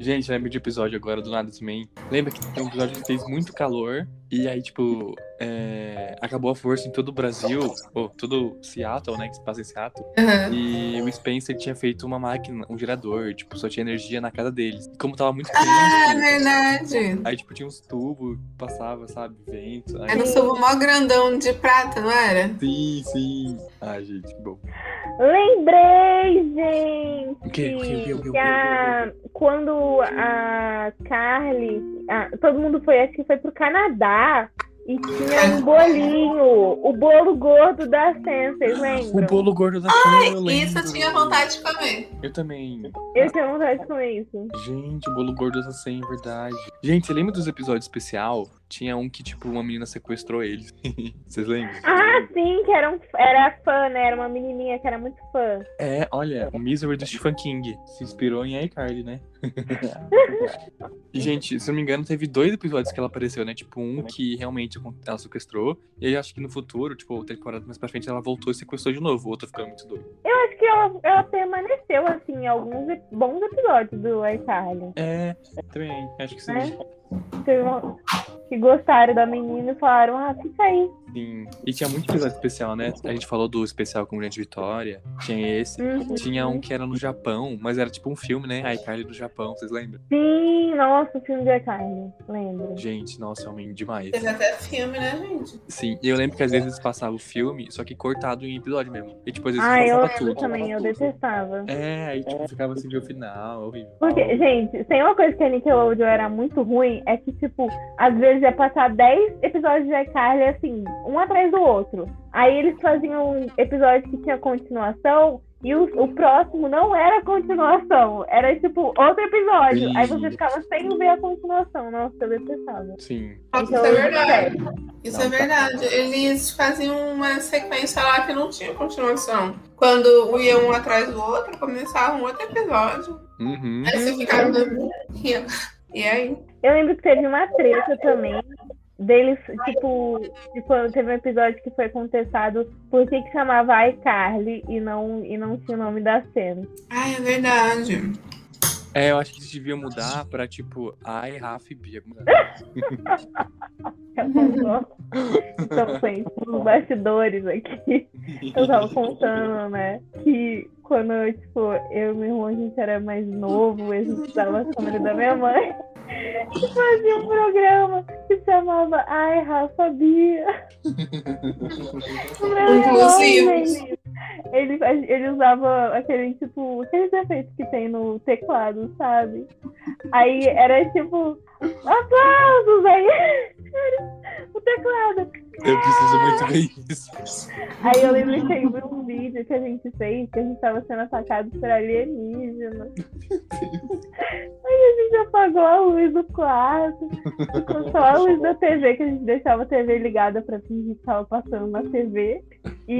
Gente, lembra de episódio agora do nada também. Lembra que tem um episódio que fez muito calor e aí, tipo, é, acabou a força em todo o Brasil, ou todo Seattle, né? Que se passa em Seattle.
Aham.
E o Spencer tinha feito uma máquina, um gerador, tipo, só tinha energia na casa deles. E como tava muito quente,
Ah, é verdade.
aí, tipo, tinha uns tubos, passava, sabe, vento. Aí,
Era um subo mó grandão de prata, não era?
Sim, sim. Ai, gente, que bom.
Lembrei, gente!
O quê? O quê? O quê? O quê? O quê? O quê?
que
é.
a- Quando a Carly. a- todo mundo foi, acho que foi pro Canadá. E tinha um bolinho, o bolo gordo da Sam, vocês
O
lembram?
bolo gordo da Ai,
Isso eu tinha vontade de comer.
Eu também.
Eu tinha vontade de comer isso.
Gente, o bolo gordo essa senha, é verdade. Gente, você lembra dos episódios especial? Tinha um que, tipo, uma menina sequestrou eles. Vocês lembram?
Ah, sim, que era, um, era fã, né? Era uma menininha que era muito fã.
É, olha, o Misery do Stephen King. Se inspirou em iCarly, né? e, gente, se eu não me engano, teve dois episódios que ela apareceu, né? Tipo, um que realmente ela sequestrou. E aí, acho que no futuro, tipo, temporada mais pra frente, ela voltou e sequestrou de novo. O outro ficando muito doido.
Eu acho que ela, ela permaneceu, assim, em alguns e- bons episódios do iCarly.
É, também, acho que sim.
É. Teve um- Que gostaram da menina e falaram, ah, fica aí.
Sim. E tinha muito episódio especial, né? A gente falou do especial com Grande Vitória. Tinha esse.
Uhum.
Tinha um que era no Japão, mas era tipo um filme, né? A iCarly do Japão, vocês lembram?
Sim, nossa, o filme de iCarly, lembro.
Gente, nossa, é um demais.
Teve até filme, né, gente?
Sim, e eu lembro que às vezes passava o filme, só que cortado em episódio mesmo. E tipo, às vezes
Ah, eu
cortava
lembro também, eu detestava.
É, aí tipo, ficava assim ver o final, horrível.
Porque, gente, tem uma coisa que a Nickelodeon era muito ruim, é que, tipo, às vezes ia passar 10 episódios de iCarly, assim, um atrás do outro. Aí eles faziam episódios que tinha continuação, e o, o próximo não era continuação, era, tipo, outro episódio. Aí você ficava sem ver a continuação. Nossa, eu detestava.
Sim.
Nossa,
Então,
isso é verdade.
sério.
Isso
Não,
é
tá.
verdade. Eles faziam uma sequência lá que não tinha continuação. Quando ia um atrás do outro, começava um outro episódio.
Uhum.
Aí você ficava. E aí?
Eu lembro que teve uma treta também deles, tipo, tipo, teve um episódio que foi contestado por que, que chamava iCarly e não, e não tinha o nome da cena.
Ah, é verdade.
É, eu acho que eles deviam mudar pra tipo, I, Rafa e Bia.
Então, assim, os bastidores aqui. Eu tava contando, né? Que quando eu, tipo, eu e meu irmão, a gente era mais novo, a gente usava a câmera da minha mãe. E fazia um programa que chamava Ai, Rafa Bia.
Inclusive.
Ele, ele usava aquele, tipo, aqueles efeitos que tem no teclado, sabe? Aí era tipo, aplausos! Aí era o teclado.
Eu preciso muito ver isso.
Aí eu lembro que teve um vídeo que a gente fez que a gente tava sendo atacado por alienígena. Aí a gente apagou a luz do quarto, ficou só a luz da TV, que a gente deixava a TV ligada pra fingir que tava passando na TV. E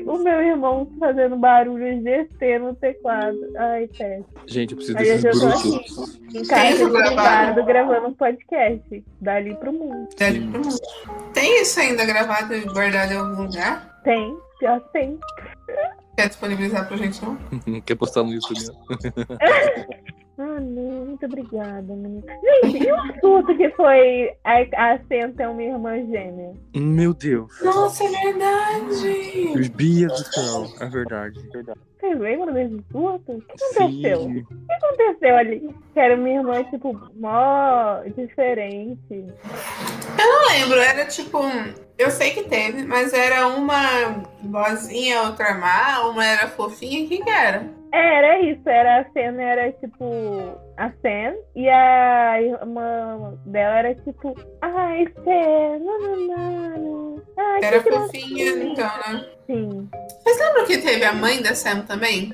E o meu irmão fazendo barulho GT no teclado. Ai, Tess.
Gente, eu preciso
Aí eu
desses
já tô
bruxos.
aqui, em casa,
Tem gravado.
privado, gravando um podcast. Dali pro mundo.
Dali pro mundo. Tem isso ainda gravado e guardado em algum lugar?
Tem, pior que tem.
Quer disponibilizar pra gente não?
Quer postar no YouTube? né?
Ah, não, muito obrigada, menina. Gente, e o surto que foi a, a Sen ter uma irmã gêmea?
Meu Deus.
Nossa, é verdade!
Bia do céu. É verdade. verdade.
Vocês lembram desse surto? O que aconteceu?
Sim.
O que aconteceu ali? Que era uma irmã, tipo, mó diferente.
Não lembro, era tipo. um- Eu sei que teve, mas era uma boazinha, outra má, uma era fofinha, o que que era?
Era isso, era a cena, era tipo a Sen e a irmã dela era tipo, ai, Sen, nananana. Ai,
Era
que
fofinha,
gracinha."
então, né?
Sim.
Mas lembra que teve a mãe da Sam também?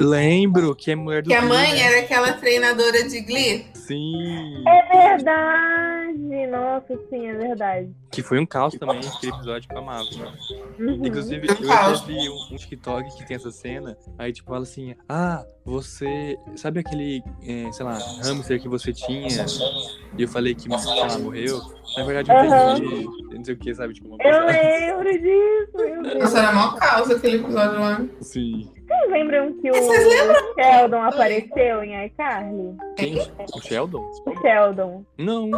Lembro que é mulher do
Que a mãe
Bia.
era aquela treinadora de Glee?
Sim.
É verdade, nossa, sim, é verdade.
Que foi um caos também, aquele episódio que eu amava. né?
Uhum.
Inclusive,
Um
eu
caos.
até vi um, um TikTok que tem essa cena. Aí, tipo, fala assim: Ah, você. Sabe aquele, eh, sei lá, hamster que você tinha? E eu falei que sei lá, morreu. Na verdade, eu perdi. Não sei o que, sabe? Tipo, uma
Eu
coisa
lembro disso, meu Deus.
Nossa, era mó causa aquele episódio lá.
assim.
Vocês lembram que
Vocês
o Sheldon apareceu em iCarly?
Quem? O Sheldon?
O Sheldon.
Não.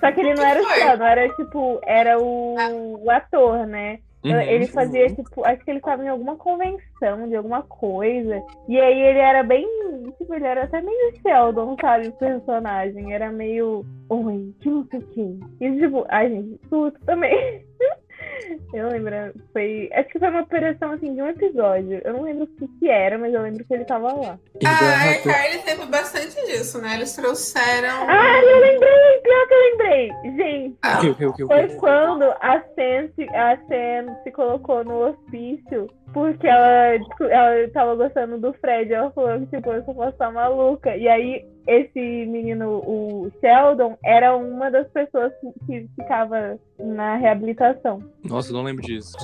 Só que ele não era o
Foi. Ah.
Sheldon, era tipo, era o, o ator, né?
Uhum.
Ele fazia, tipo, acho que ele estava em alguma convenção de alguma coisa. E aí ele era bem. Tipo, ele era até meio Sheldon, sabe? O personagem. Era meio. Oi, que não sei o quê. E tipo, ai, gente, surto também. Eu lembro, foi. Acho que foi uma operação assim de um episódio. Eu não lembro o que, que era, mas eu lembro que ele tava lá.
Ele
Ah,
era
a Carly teve bastante disso, né? Eles trouxeram.
Ah, eu lembrei! Pior que eu lembrei! Gente,
Ah,
O que, o que, o
Foi
que?
quando a Sam, se, a Sam se colocou no hospício porque ela, tipo, ela tava gostando do Fred. Ela falou que, tipo, eu só posso estar maluca. E aí, esse menino, o Sheldon, era uma das pessoas que, que ficava na reabilitação.
Nossa, eu não lembro disso.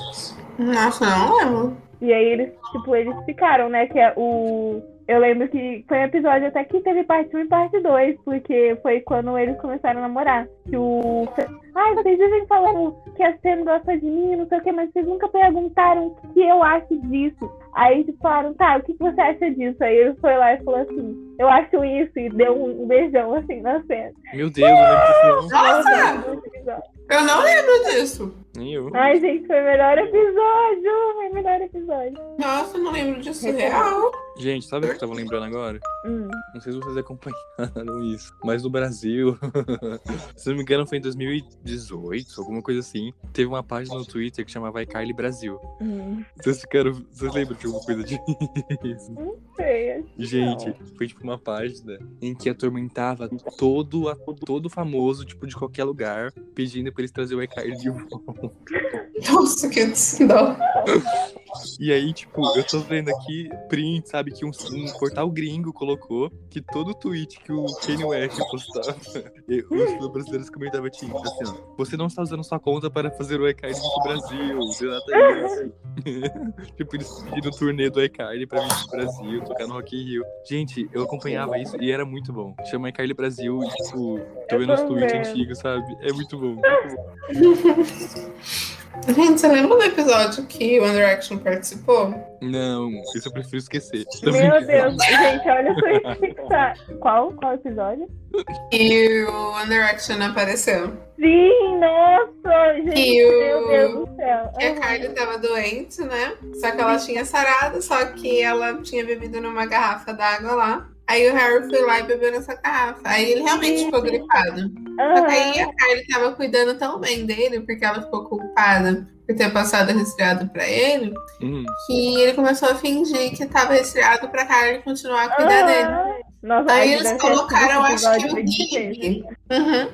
Nossa, não lembro.
E aí, eles, tipo, eles ficaram, né? Que é o. Eu lembro que foi um episódio até que teve parte 1 e parte 2, porque foi quando eles começaram a namorar. Que o. Ai, vocês vivem falando que a Sam gosta de mim, não sei o que, mas vocês nunca perguntaram o que eu acho disso. Aí eles falaram, tá, o que que você acha disso? Aí ele foi lá e falou assim, eu acho isso, e deu um beijão assim na Sam.
Meu Deus, eu lembro disso. não.
Nossa! Eu não lembro disso.
Nem eu.
Ai, gente, foi o melhor episódio! Foi o melhor episódio.
Nossa, eu não lembro disso real.
Gente, sabe o que eu tava lembrando agora?
Hum.
Não sei se vocês acompanharam isso, mas no Brasil, se não me engano, foi em 2018, alguma coisa assim. Teve uma página no Twitter que chamava iCarly Brasil.
Hum.
Vocês ficaram. Vocês lembram de alguma coisa disso?
Sei, acho que
Gente, foi tipo uma página em que atormentava todo, a- todo famoso, tipo, de qualquer lugar, pedindo pra eles trazerem o iCarly de volta.
Nossa, que dó.
E aí, tipo, eu tô vendo aqui print, sabe, que um, um portal gringo colocou que todo tweet que o Kanye West postava, e os brasileiros comentavam tipo, assim, ó, você não está usando sua conta para fazer o iCarly do Brasil, sei lá, tá isso. tipo, eles pediram o turnê do iCarly pra vir pro Brasil, tocar no Rock in Rio. Gente, eu acompanhava isso e era muito bom. Chama iCarly Brasil e, tipo, tô vendo os tweets
também.
antigos, sabe? É muito bom.
Gente, você lembra do episódio que o One Direction participou?
Não, isso eu prefiro esquecer. Tô
Meu
brincando.
Deus, gente, olha só isso que tá. Qual? Qual episódio?
E o One Direction apareceu.
Sim, nossa, gente,
E o-
meu Deus do céu.
E a Carly tava doente, né? Só que ela
Uhum.
tinha sarado, só que ela tinha bebido numa garrafa d'água lá. Aí o Harry foi lá e bebeu nessa garrafa. Aí ele realmente ficou gripado. Só que aí
Aham.
a Carly tava cuidando tão bem dele, porque ela ficou culpada por ter passado resfriado pra ele,
Hum.
que ele começou a fingir que tava resfriado pra Carly continuar a cuidar dele.
Aham. Nossa,
Aí eles
acho que Ah. deve ter
colocaram,
sido esse
acho que o
episódio que
Gibby.
teve.
Uhum.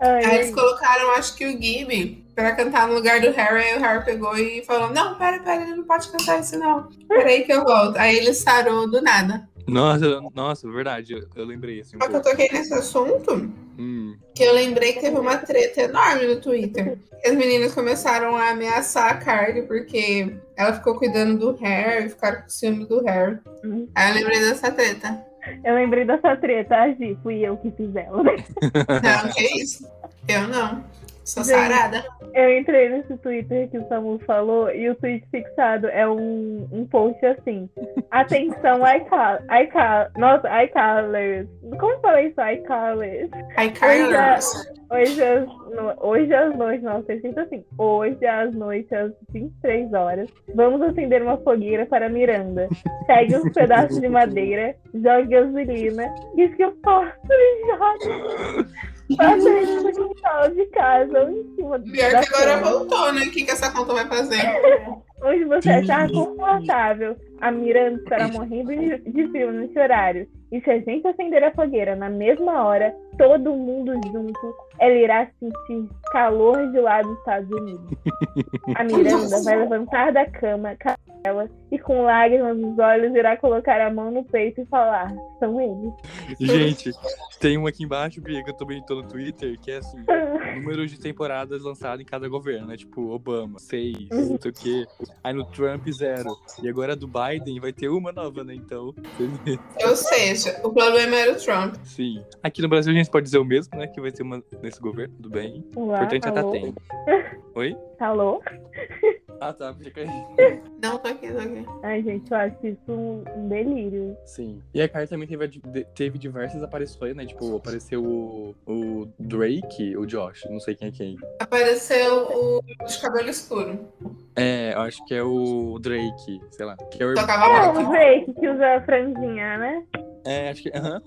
Ai,
Aí eles colocaram, acho que o Gibby, pra cantar no lugar do Harry. Aí o Harry pegou e falou: Não, pera, pera, ele não pode cantar isso não. Peraí que eu volto. Aí ele sarou do nada.
Nossa, nossa, verdade, eu, eu lembrei assim. um
Só que eu
pouco.
toquei nesse assunto
Hum,
que eu lembrei que teve uma treta enorme no Twitter. As meninas começaram a ameaçar a Carly porque ela ficou cuidando do Harry, ficaram com ciúme do Harry.
Hum.
Aí eu lembrei dessa treta.
Eu lembrei dessa treta, a Gi, fui eu que fiz ela.
Não, que é isso? Eu não. Sou
Gente.
sarada.
Eu entrei nesse Twitter que o Samu falou e o tweet fixado é um, um post assim. Atenção, iCal... iCal... Nossa, iCalers. Como eu falei isso? iCalers.
Ai, Carla.
Hoje às, no- hoje às noites, nossa, eu sinto assim. Hoje às noites, às 23 horas, vamos acender uma fogueira para Miranda. Pegue um pedaço de madeira, jogue gasolina, diz que eu posso e joga. Faça isso no quintal de casa ou em cima do
Pior que agora voltou, né? O que, que essa conta vai fazer?
Onde você achar confortável. A Miranda estará morrendo de de frio nesse horário. E se a gente acender a fogueira na mesma hora, todo mundo junto, ela irá sentir calor de lá dos Estados Unidos. A Miranda vai levantar da cama, ela e com lágrimas nos olhos irá colocar a mão no peito e falar: são eles.
Gente, tem um aqui embaixo, Bia, que eu também tô no Twitter, que é assim, número de temporadas lançado em cada governo, né? Tipo, Obama, seis, não sei o quê. Aí no Trump, zero. E agora do Biden vai ter uma nova, né? Então,
Ou seja, o problema era o Trump.
sim. Aqui no Brasil a gente pode dizer o mesmo, né? Que vai ter uma nesse governo, tudo bem.
Olá,
Importante é tá
alô,
tendo. Oi?
alô.
Ah, tá, fica aí.
Não tô aqui, tô aqui.
Ai, gente, eu acho isso um um delírio.
Sim. E a Carly também teve, de- teve diversas aparições, né? Tipo, apareceu o, o Drake, o Josh, não sei quem é quem.
Apareceu o de cabelo escuro.
É, eu acho que é o Drake, sei lá. Que é, o,
Tocava
É o
rock.
Drake que usa a franjinha, né?
é, acho que. aham.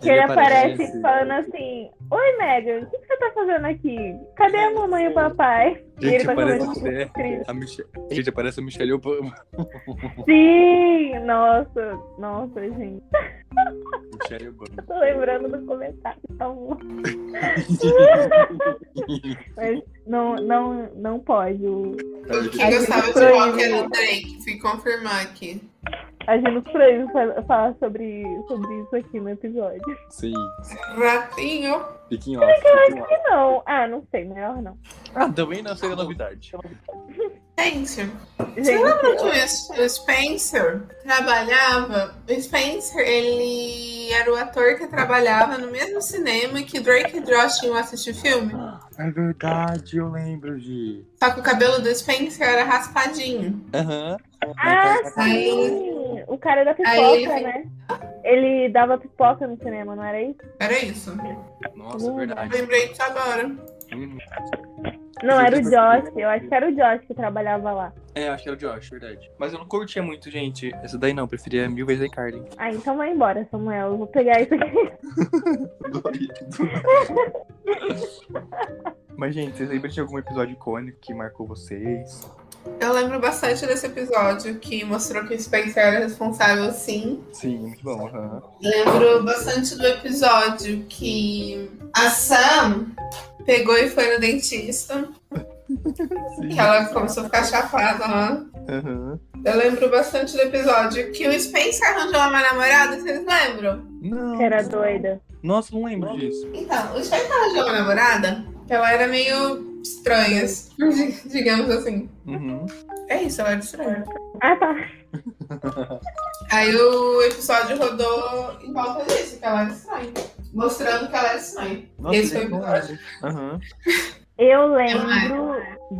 Que ele aparece falando assim: Oi, Megan, o que que você tá fazendo aqui? Cadê a mamãe e o papai? E
Gente,
ele tá assim, vai
aparece
comendo
até-
crisp.
A Michelle... Gente, aparece a Michelle Obama.
Sim! Nossa, nossa, gente.
Michelle Obama.
Tô lembrando do comentário. tá bom. Mas não, não, não pode. o-
O que
A gente
gostava de
proíbe. né?
rock era o Drake. Fui confirmar aqui.
A gente não proíbe fa- falar sobre, sobre isso aqui no episódio.
Sim.
Ratinho.
Fiquem off. fiquem off.
E não, ah, não sei, melhor não.
Ah, também não seria novidade.
Gente, Você
Gente,
lembra que o- o Spencer trabalhava? O Spencer, ele era o ator que trabalhava no mesmo cinema que Drake e Josh iam assistir filme.
É verdade, eu lembro de.
Só que o cabelo do Spencer era raspadinho.
Aham.
ah,
Aí-
sim! O cara da
Aí ele
pipoca,
fica-
né? Ele dava pipoca no cinema, não era isso?
Era isso.
Nossa, é verdade.
Lembrei disso agora.
Uhum.
Não, era o
Gente,
Josh. Eu acho que era o Josh que trabalhava lá.
É, acho que era o Josh, verdade. Mas eu não curtia muito, gente. Essa daí não, eu preferia mil vezes a Carly.
Ah, então vai embora, Samuel. Eu vou pegar isso aqui.
Mas, gente, vocês lembram de algum episódio icônico que marcou vocês?
Eu lembro bastante desse episódio que mostrou que o Spencer era responsável, sim.
Sim, muito bom. aham.
Lembro bastante do episódio que a Sam pegou e foi no dentista.
Sim. Uhum.
Que ela começou a ficar chapada lá.
aham.
Eu lembro bastante do episódio que o Spencer arranjou uma namorada, vocês lembram?
Não.
Que era doida.
Nossa, não lembro disso.
Então, o Spencer arranjou uma namorada, que ela era meio estranha, digamos assim.
Uhum.
É isso, ela era estranha.
Ah, tá.
Aí o episódio rodou em volta disso, que ela era estranha. Mostrando que ela era estranha.
Nossa, é
Esse foi
eu
o
não
episódio.
lembro. Aham.
Eu lembro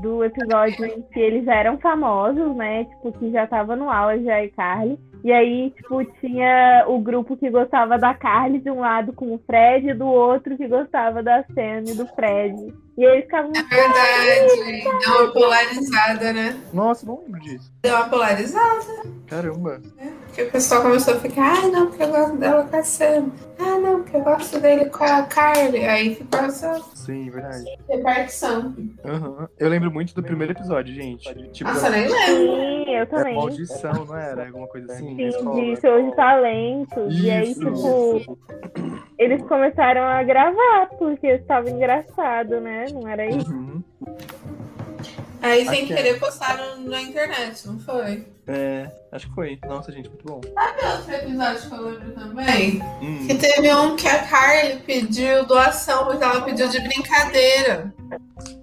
do episódio em que eles já eram famosos, né? Tipo, que já tava no auge a Carly. E aí, tipo, tinha o grupo que gostava da Carly de um lado com o Fred e do outro que gostava da Sam e do Fred. E eles ficavam
É Verdade, deu uma polarizada, né?
Nossa, não lembro disso.
Deu uma polarizada,
Caramba.
porque o pessoal começou a ficar, ah, não, porque eu gosto dela com a Sam. Ah, não, porque eu gosto dele com a Carly. Aí ficou essa
Sim, verdade.
repartição.
Aham. Eu lembro muito do primeiro episódio, gente. Tipo,
Nossa, nem lembro.
assim, eu
era
também.
maldição, não era? Alguma coisa assim. na
Sim,
escola.
de show de talentos. E aí,
Isso.
tipo, eles começaram a gravar, porque estava engraçado, né? Não era isso?
Uhum.
Aí
Acho
sem
que é.
querer postaram na internet, não foi?
É, acho que foi. Nossa, gente, muito bom.
Sabe outro episódio que eu lembro também?
Hum,
Que teve um que a Carly pediu doação, mas ela pediu de brincadeira.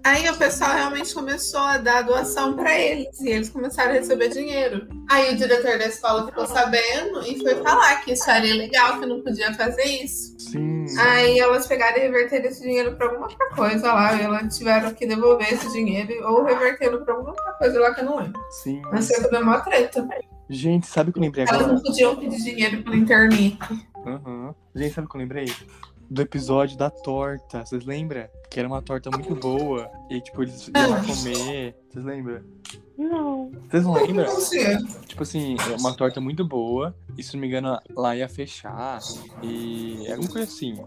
Aí o pessoal realmente começou a dar doação pra eles e eles começaram a receber dinheiro. Aí o diretor da escola ficou sabendo e foi falar que isso era ilegal, que não podia fazer isso.
sim.
Aí elas pegaram e reverteram esse dinheiro pra alguma outra coisa lá, e elas tiveram que devolver esse dinheiro ou revertendo pra alguma outra coisa lá que eu não lembro.
Sim.
Mas foi deu uma treta.
Gente, sabe um- o que eu lembrei
Elas
agora?
não podiam pedir dinheiro pela internet.
Aham. Gente, sabe o que eu lembrei? Do episódio da torta. Vocês lembram? Que era uma torta muito boa. E, tipo, eles iam lá comer. Vocês lembram?
Não.
Vocês não lembram?
Não sei.
Tipo assim, é uma torta muito boa. E, se não me engano, lá ia fechar. E era uma coisa assim.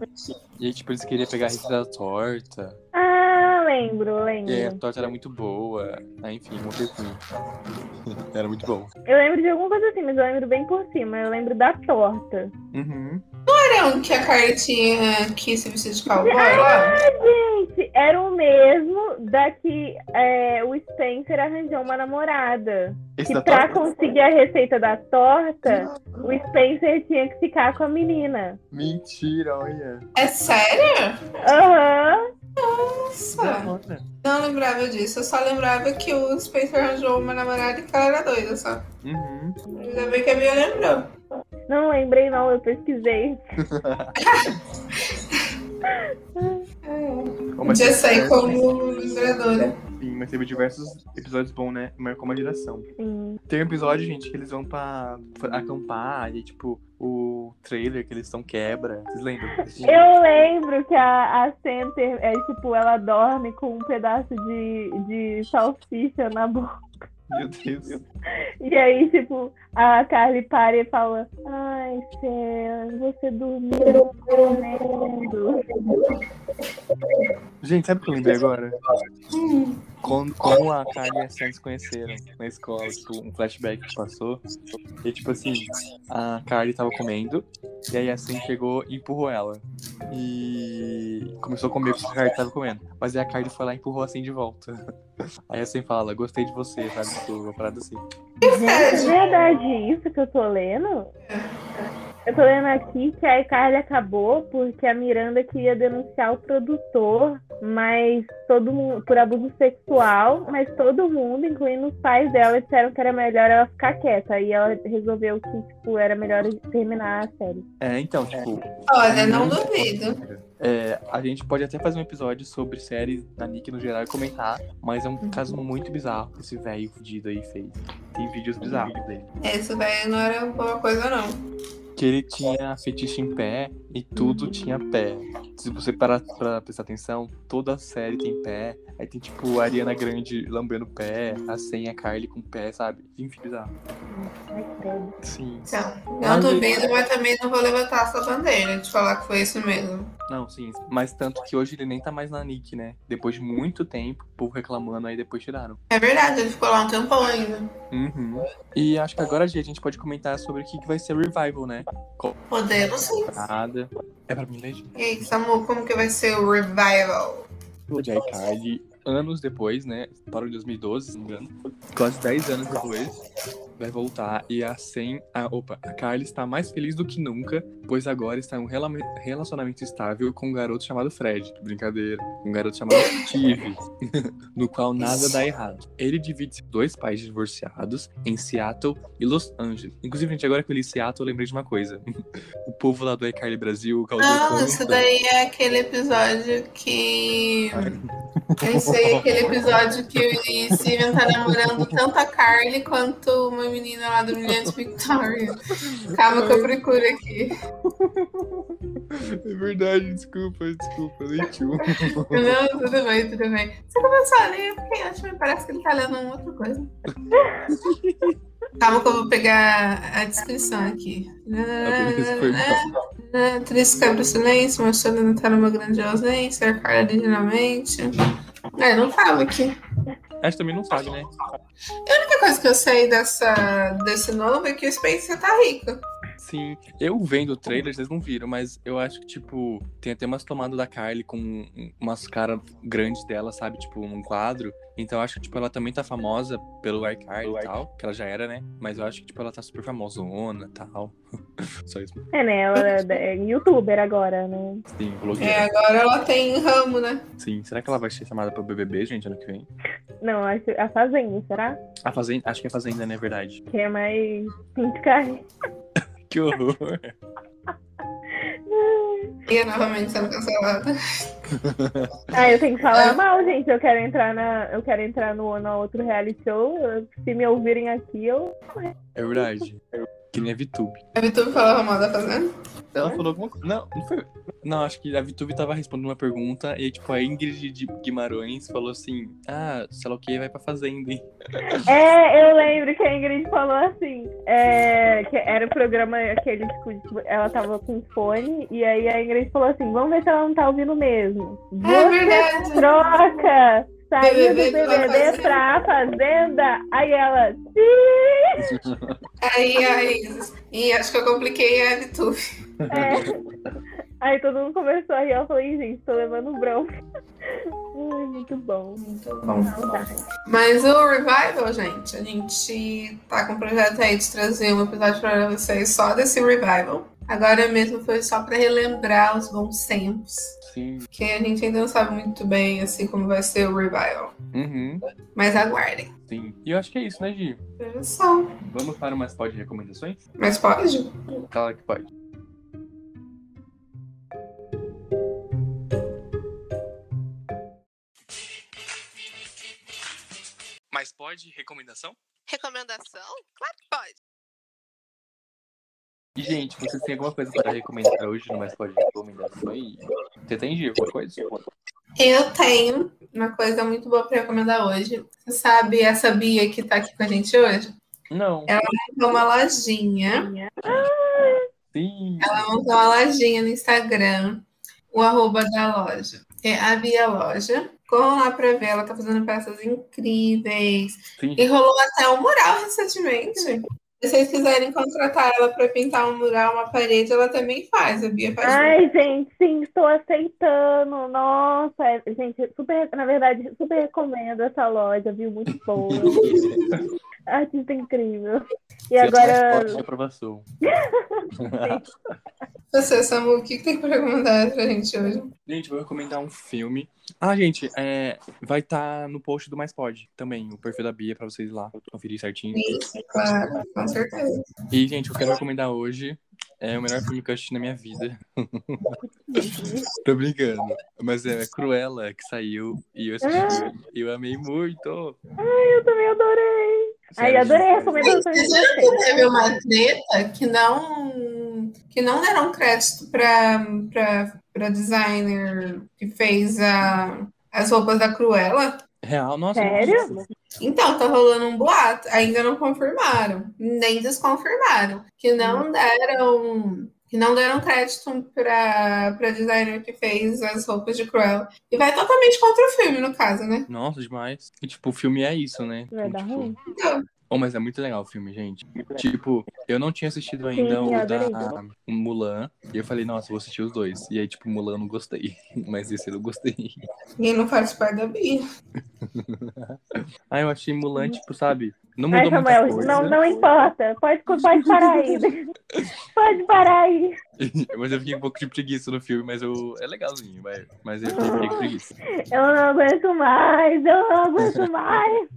E aí, tipo, eles queriam pegar a receita da torta.
Ah, lembro, lembro.
E aí, a torta era muito boa. Aí, enfim, uma coisa assim. Era muito bom.
Eu lembro de alguma coisa assim, mas eu lembro bem por cima. Eu lembro da torta.
Uhum.
Era um que a Carly tinha que se vestir de cowboy lá?
Ah, Gente, era o mesmo da que é, o Spencer arranjou uma namorada.
Esse
Que
da
pra
torta?
conseguir a receita da torta, o Spencer tinha que ficar com a menina.
Mentira, olha.
É sério?
Aham.
Nossa!
Olha.
Não lembrava disso. Eu só lembrava que o Spencer arranjou uma namorada e que ela era doida só.
Uhum.
Ainda bem que a Bia lembrou.
Não lembrei, não, eu pesquisei.
É.
Ó, mas
Podia sair
certo.
como lembradora.
Sim, mas teve diversos episódios bons, né? Marcou uma geração.
Sim.
Tem um episódio, gente, que eles vão pra pra acampar e, tipo, o trailer que eles estão quebra. Vocês lembram?
Eu lembro que a, a Center, é tipo, ela dorme com um pedaço de, de salsicha na boca.
Meu Deus.
E aí, tipo, a Carly para e fala: Ai, Sam, você dormiu comendo.
Gente, sabe o que eu lembrei agora?
Hum.
Quando, como a Carly e a Sam se conheceram na escola, tipo, um flashback que passou. E, tipo assim, a Carly tava comendo, e aí a Sam chegou e empurrou ela. E começou a comer o que a Carly tava comendo. Mas aí a Carly foi lá e empurrou a Sam de volta. Aí a Sam fala, gostei de você, sabe? Tipo, uma parada assim.
É verdade isso que eu tô lendo? Eu tô lendo aqui que a Carly acabou porque a Miranda queria denunciar o produtor, mas todo mundo por abuso sexual, mas todo mundo, incluindo os pais dela, disseram que era melhor ela ficar quieta. E ela resolveu que, tipo, era melhor terminar a série.
É, então, tipo,
Olha, não duvido.
É, a gente pode até fazer um episódio sobre séries da Nick no geral e comentar, mas é
Uhum.
um caso muito bizarro que esse velho fudido aí fez. Tem vídeos bizarros dele.
Isso daí não era boa coisa, não.
Que ele tinha fetiche em pé e
Uhum.
tudo tinha pé. Se você parar pra prestar atenção, toda série tem pé. Aí tem tipo a Ariana Grande lambendo pé, a Senha a Carly com pé, sabe? Enfim, bizarro.
Ai, credo.
Sim.
Então, não
Mas-
duvido, mas também não vou levantar essa bandeira de falar que foi isso mesmo.
Não, sim. Mas tanto que hoje ele nem tá mais na Nick, né? Depois de muito tempo, o povo reclamando, aí depois tiraram.
É verdade, ele ficou lá um tempão ainda.
Uhum. E acho que agora Gi, a gente pode comentar sobre o que que vai ser o revival, né?
Podemos sim.
Nada. É pra mim ler, Gi?
E aí, Samu, como que vai ser o revival?
O Jay Card, anos depois, né? Para o 2012, se não me engano. Quase 10 anos depois. Vai voltar e a Sam. A, opa, a Carly está mais feliz do que nunca, pois agora está em um relame- relacionamento estável com um garoto chamado Fred. Brincadeira. Um garoto chamado Steve. no qual nada dá errado. Ele divide dois pais divorciados em Seattle e Los Angeles. Inclusive, gente, agora que eu li Seattle, eu lembrei de uma coisa. o povo lá do iCarly Brasil causou
Não,
tanta-
isso Ah, daí é aquele episódio que. Eu sei, aquele episódio que o Steven tá namorando tanto a Carly quanto uma menina lá do Brilhante Victoria. Calma que eu procuro aqui.
É verdade, desculpa, desculpa, leitiu.
Não, tudo bem, tudo bem. Você começou a ler, eu fiquei ótimo, parece que ele tá lendo uma outra coisa. Calma que eu vou pegar a descrição aqui.
beleza, foi mal.
Ah, Triste quebra o silêncio, mostrando não tá numa grande ausência, a cara originalmente. É, não fala aqui.
Acho que também não sabe, né?
A única coisa que eu sei dessa, desse novo é que o Spencer tá rico.
Sim, eu vendo o trailer, vocês não viram, mas eu acho que, tipo, tem até umas tomadas da Kylie com umas caras grandes dela, sabe? Tipo, num quadro. Então eu acho que, tipo, ela também tá famosa pelo iCarly e tal, que ela já era, né? Mas eu acho que, tipo, ela tá super famosona e tal. Só isso.
É, né? Ela é youtuber agora, né?
Sim,
É,
blogueira.
agora ela tem ramo, né?
Sim. Será que ela vai ser chamada pro BBB, gente, ano que vem?
Não, acho a Fazenda, será?
A Fazenda, acho que é Fazenda, né? Verdade.
Que é mais pinte carne.
Que horror.
E é novamente sendo cancelada.
Ah, eu tenho que falar
Ah.
mal, gente. Eu quero entrar na. Eu quero entrar no, no outro reality show. Eu- Se me ouvirem aqui, eu.
É verdade. Que nem a VTube.
A Vitube falava mal da Fazenda?
Ela falou alguma coisa. Não, não foi. Não, acho que a Vitube tava respondendo uma pergunta e, tipo, a Ingrid de Guimarães falou assim: Ah, sei lá o que, vai pra fazenda, hein?
É, eu lembro que a Ingrid falou assim. é, que era o programa aquele tipo, tipo, ela tava com fone, e aí a Ingrid falou assim, vamos ver se ela não tá ouvindo mesmo.
É
Você
verdade.
troca! Saiu do
BBB pra
BBB
Fazenda.
pra Fazenda! Aí ela, sim!
Aí, aí. é E acho que eu compliquei a Vitube.
É. Aí todo mundo começou a rir, eu falei, gente, tô levando bronca. Ai, muito bom. Saudade.
Mas o Revival, gente, a gente tá com o projeto aí de trazer um episódio pra vocês só desse Revival. Agora mesmo foi só pra relembrar os bons tempos.
Sim.
Porque a gente ainda não sabe muito bem, assim, como vai ser o Revival.
Uhum.
Mas aguardem.
Sim. E eu acho que é isso, né, Gi?
Só.
Vamos para umas pod recomendações?
Mas pode?
Claro que pode. Mas pode recomendação?
Recomendação? Claro que pode.
E, gente, vocês têm alguma coisa para recomendar hoje no Mais Pode Recomendações? Você tem, Gi, alguma coisa?
Eu tenho uma coisa muito boa pra recomendar hoje. Você sabe essa Bia que tá aqui com a gente hoje?
Não.
Montou uma lojinha.
Sim.
Ela montou uma Então, lojinha no Instagram. O arroba da loja. É a Bia Loja. Corram lá pra ver. Ela tá fazendo peças incríveis.
Sim.
E rolou até um mural recentemente. Se vocês quiserem contratar ela pra pintar um mural, uma parede, ela também faz. A Bia faz.
Ai, gente, sim, estou aceitando. Nossa, é- gente, super, na verdade, super recomendo essa loja, viu? Muito boa. Artista incrível. E agora,
é De aprovação.
Você, Samu, o que que tem pra recomendar pra gente hoje?
gente, vou recomendar um filme. Ah, gente, é, vai estar no post do Mais Pode também, o perfil da Bia, pra vocês ir lá conferir certinho.
Isso, claro, com certeza.
E, gente, eu quero recomendar hoje é o melhor filme que eu assisti na minha vida. Tô brincando. Mas é Cruella, que saiu e eu assisti.
Ah.
E eu amei muito.
eu também adorei. Ai,
Sério,
adorei a
gente.
recomendação de vocês.
Teve uma treta que não, que não deram crédito pra, pra, pra designer que fez a, as roupas da Cruella.
Real, nossa.
Sério?
nossa.
Então, tá rolando um boato. Ainda não confirmaram, nem desconfirmaram. Que não deram. Que não deram crédito pra, pra designer que fez as roupas de Cruella. E vai totalmente contra o filme, no caso, né?
Nossa, demais. E, tipo, o filme é isso, né?
Vai dar
tipo...
ruim.
Oh, mas é muito legal o filme, gente. Tipo, eu não tinha assistido ainda
eu
o
adorei.
da Mulan. E eu falei, nossa, vou assistir os dois. E aí, tipo, Mulan eu não gostei. Mas esse eu não gostei.
E não faz parte da Bia.
Ah, eu achei Mulan, tipo, sabe? Não
Ai,
mudou muita
Samuel,
coisa.
não, não importa. Pode, pode parar aí. Pode parar aí.
mas eu fiquei um pouco de preguiça no filme, mas eu... é legalzinho, mas, mas eu fiquei
Ah.
com preguiça.
Eu não aguento mais, eu não aguento mais.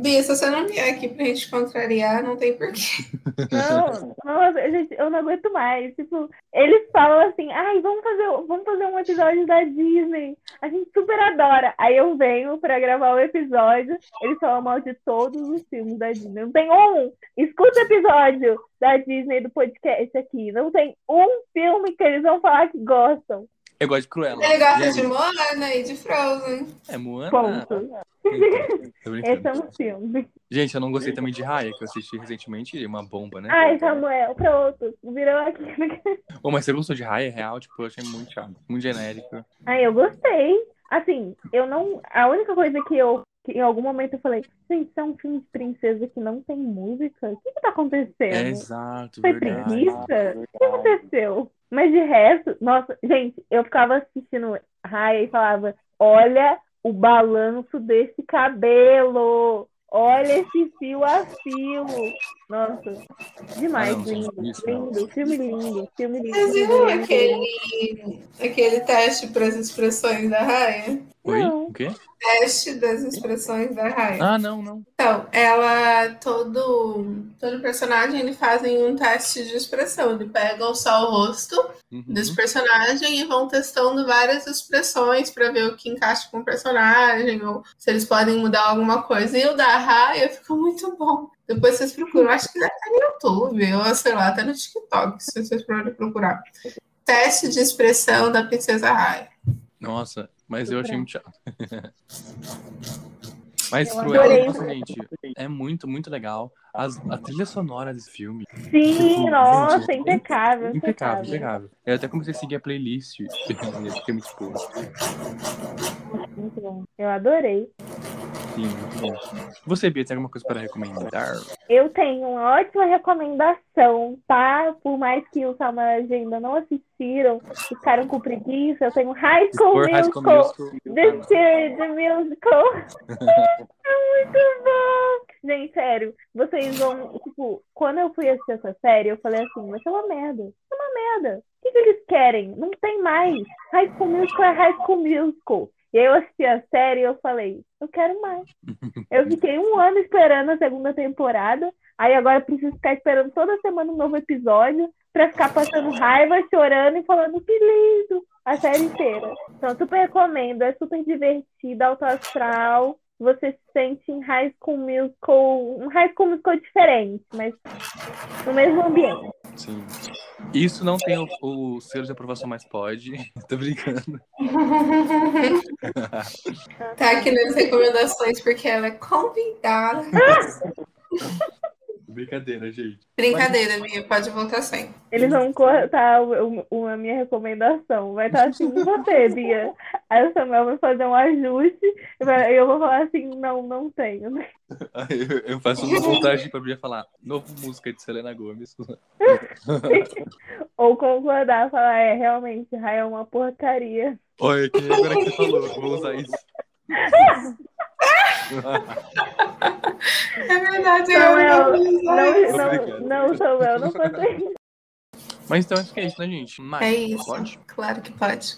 Bia, se você não vier aqui pra gente contrariar, não tem porquê.
Não, nossa, gente, eu não aguento mais. Tipo, eles falam assim, ai, vamos fazer, vamos fazer um episódio da Disney. A gente super adora. Aí eu venho pra gravar o episódio, eles falam mal de todos os filmes da Disney. Não tem um! Escuta o episódio da Disney do podcast aqui. Não tem um filme que eles vão falar que gostam.
Eu gosto de Cruella.
Ele
E
gosta
aí?
de Moana né, e de Frozen.
É Moana? Então,
Ponto.
Tô
Esse é
brincando.
um filme.
Gente, eu não gostei também de Raya, que eu assisti recentemente, e é uma bomba, né?
Ai, Samuel, pronto. Virou aqui.
Ô, mas você gostou de Raya, real? Tipo, eu achei muito chato, muito genérico.
Ai, eu gostei. Assim, eu não. A única coisa que eu que em algum momento eu falei, gente, isso é um filme de princesa que não tem música? O que que tá
É,
acontecendo?
exato,
Foi
verdade.
preguiça?
verdade.
O que aconteceu? Mas de resto, nossa, gente, eu ficava assistindo Raya e falava: olha o balanço desse cabelo, olha esse fio a fio. Nossa, demais,
Ah, não,
lindo,
gente, isso não.
lindo, filme lindo, filme lindo.
Vocês
filme
viram
lindo.
aquele, aquele teste para as expressões da Raya?
Oi?
Não. É.
O quê?
Teste das expressões da Raya.
Ah, não, não.
Então, ela, todo, todo personagem, ele fazem um teste de expressão. Ele pegam só o rosto
Uhum.
desse personagem e vão testando várias expressões para ver o que encaixa com o personagem ou se eles podem mudar alguma coisa. E o da Raya ficou muito bom. Depois vocês procuram, acho que deve estar no YouTube, ou sei lá, até no TikTok, se vocês forem procurar. Teste de expressão da Princesa Raya.
Nossa, mas eu achei muito chato. Mas
Eu
Cruella,
adorei.
nossa, gente, é muito, muito legal. As, a trilha sonora desse filme.
Sim, nossa,
Gente,
impecável,
Impecável,
impecável.
impecável. Eu até comecei a seguir a playlist nesse filme, tipo,
Muito bom. Eu adorei.
sim, muito bom. Você, Bia, tem alguma coisa para recomendar?
Eu tenho uma ótima recomendação, tá? Por mais que o Samuel ainda não assistiram, ficaram com preguiça, eu tenho High
Se
School
for High School
Musical.
Musical,
The Theory, The Musical. é muito bom! Gente, sério, vocês vão. Tipo, quando eu fui assistir essa série, eu falei assim: vai ser uma merda. É uma merda. O que, que eles querem? Não tem mais. High School Musical é High School Musical. E aí eu assisti a série e eu falei: eu quero mais. eu fiquei um ano esperando a segunda temporada. Aí agora eu preciso ficar esperando toda semana um novo episódio pra ficar passando raiva, chorando e falando que lindo a série inteira. Então, super recomendo. É super divertida, alto astral. Você se sente em High School Musical, um High School Musical diferente, mas no mesmo ambiente.
Sim. Isso não tem o, o selo de aprovação, mas pode. Tô brincando.
Tá aqui nas recomendações porque ela é convidada.
Brincadeira, gente.
Brincadeira, Bia, pode voltar sem.
Eles vão cortar o- o- a minha recomendação. Vai estar assim, e você, Bia. Aí o Samuel vai fazer um ajuste e vai- eu vou falar assim, não, não tenho.
Eu, eu faço uma montagem pra Bia falar. Novo música de Selena Gomes.
Ou concordar, falar, é, realmente, Raia é uma porcaria.
Olha, que agora que você falou, vou usar isso.
É verdade, eu
Não,
não
eu-
é
Não,
isso.
não, não, Samuel, não faça isso.
Mas então acho que é isso, né, gente? Mas,
É isso.
Pode?
Claro que pode.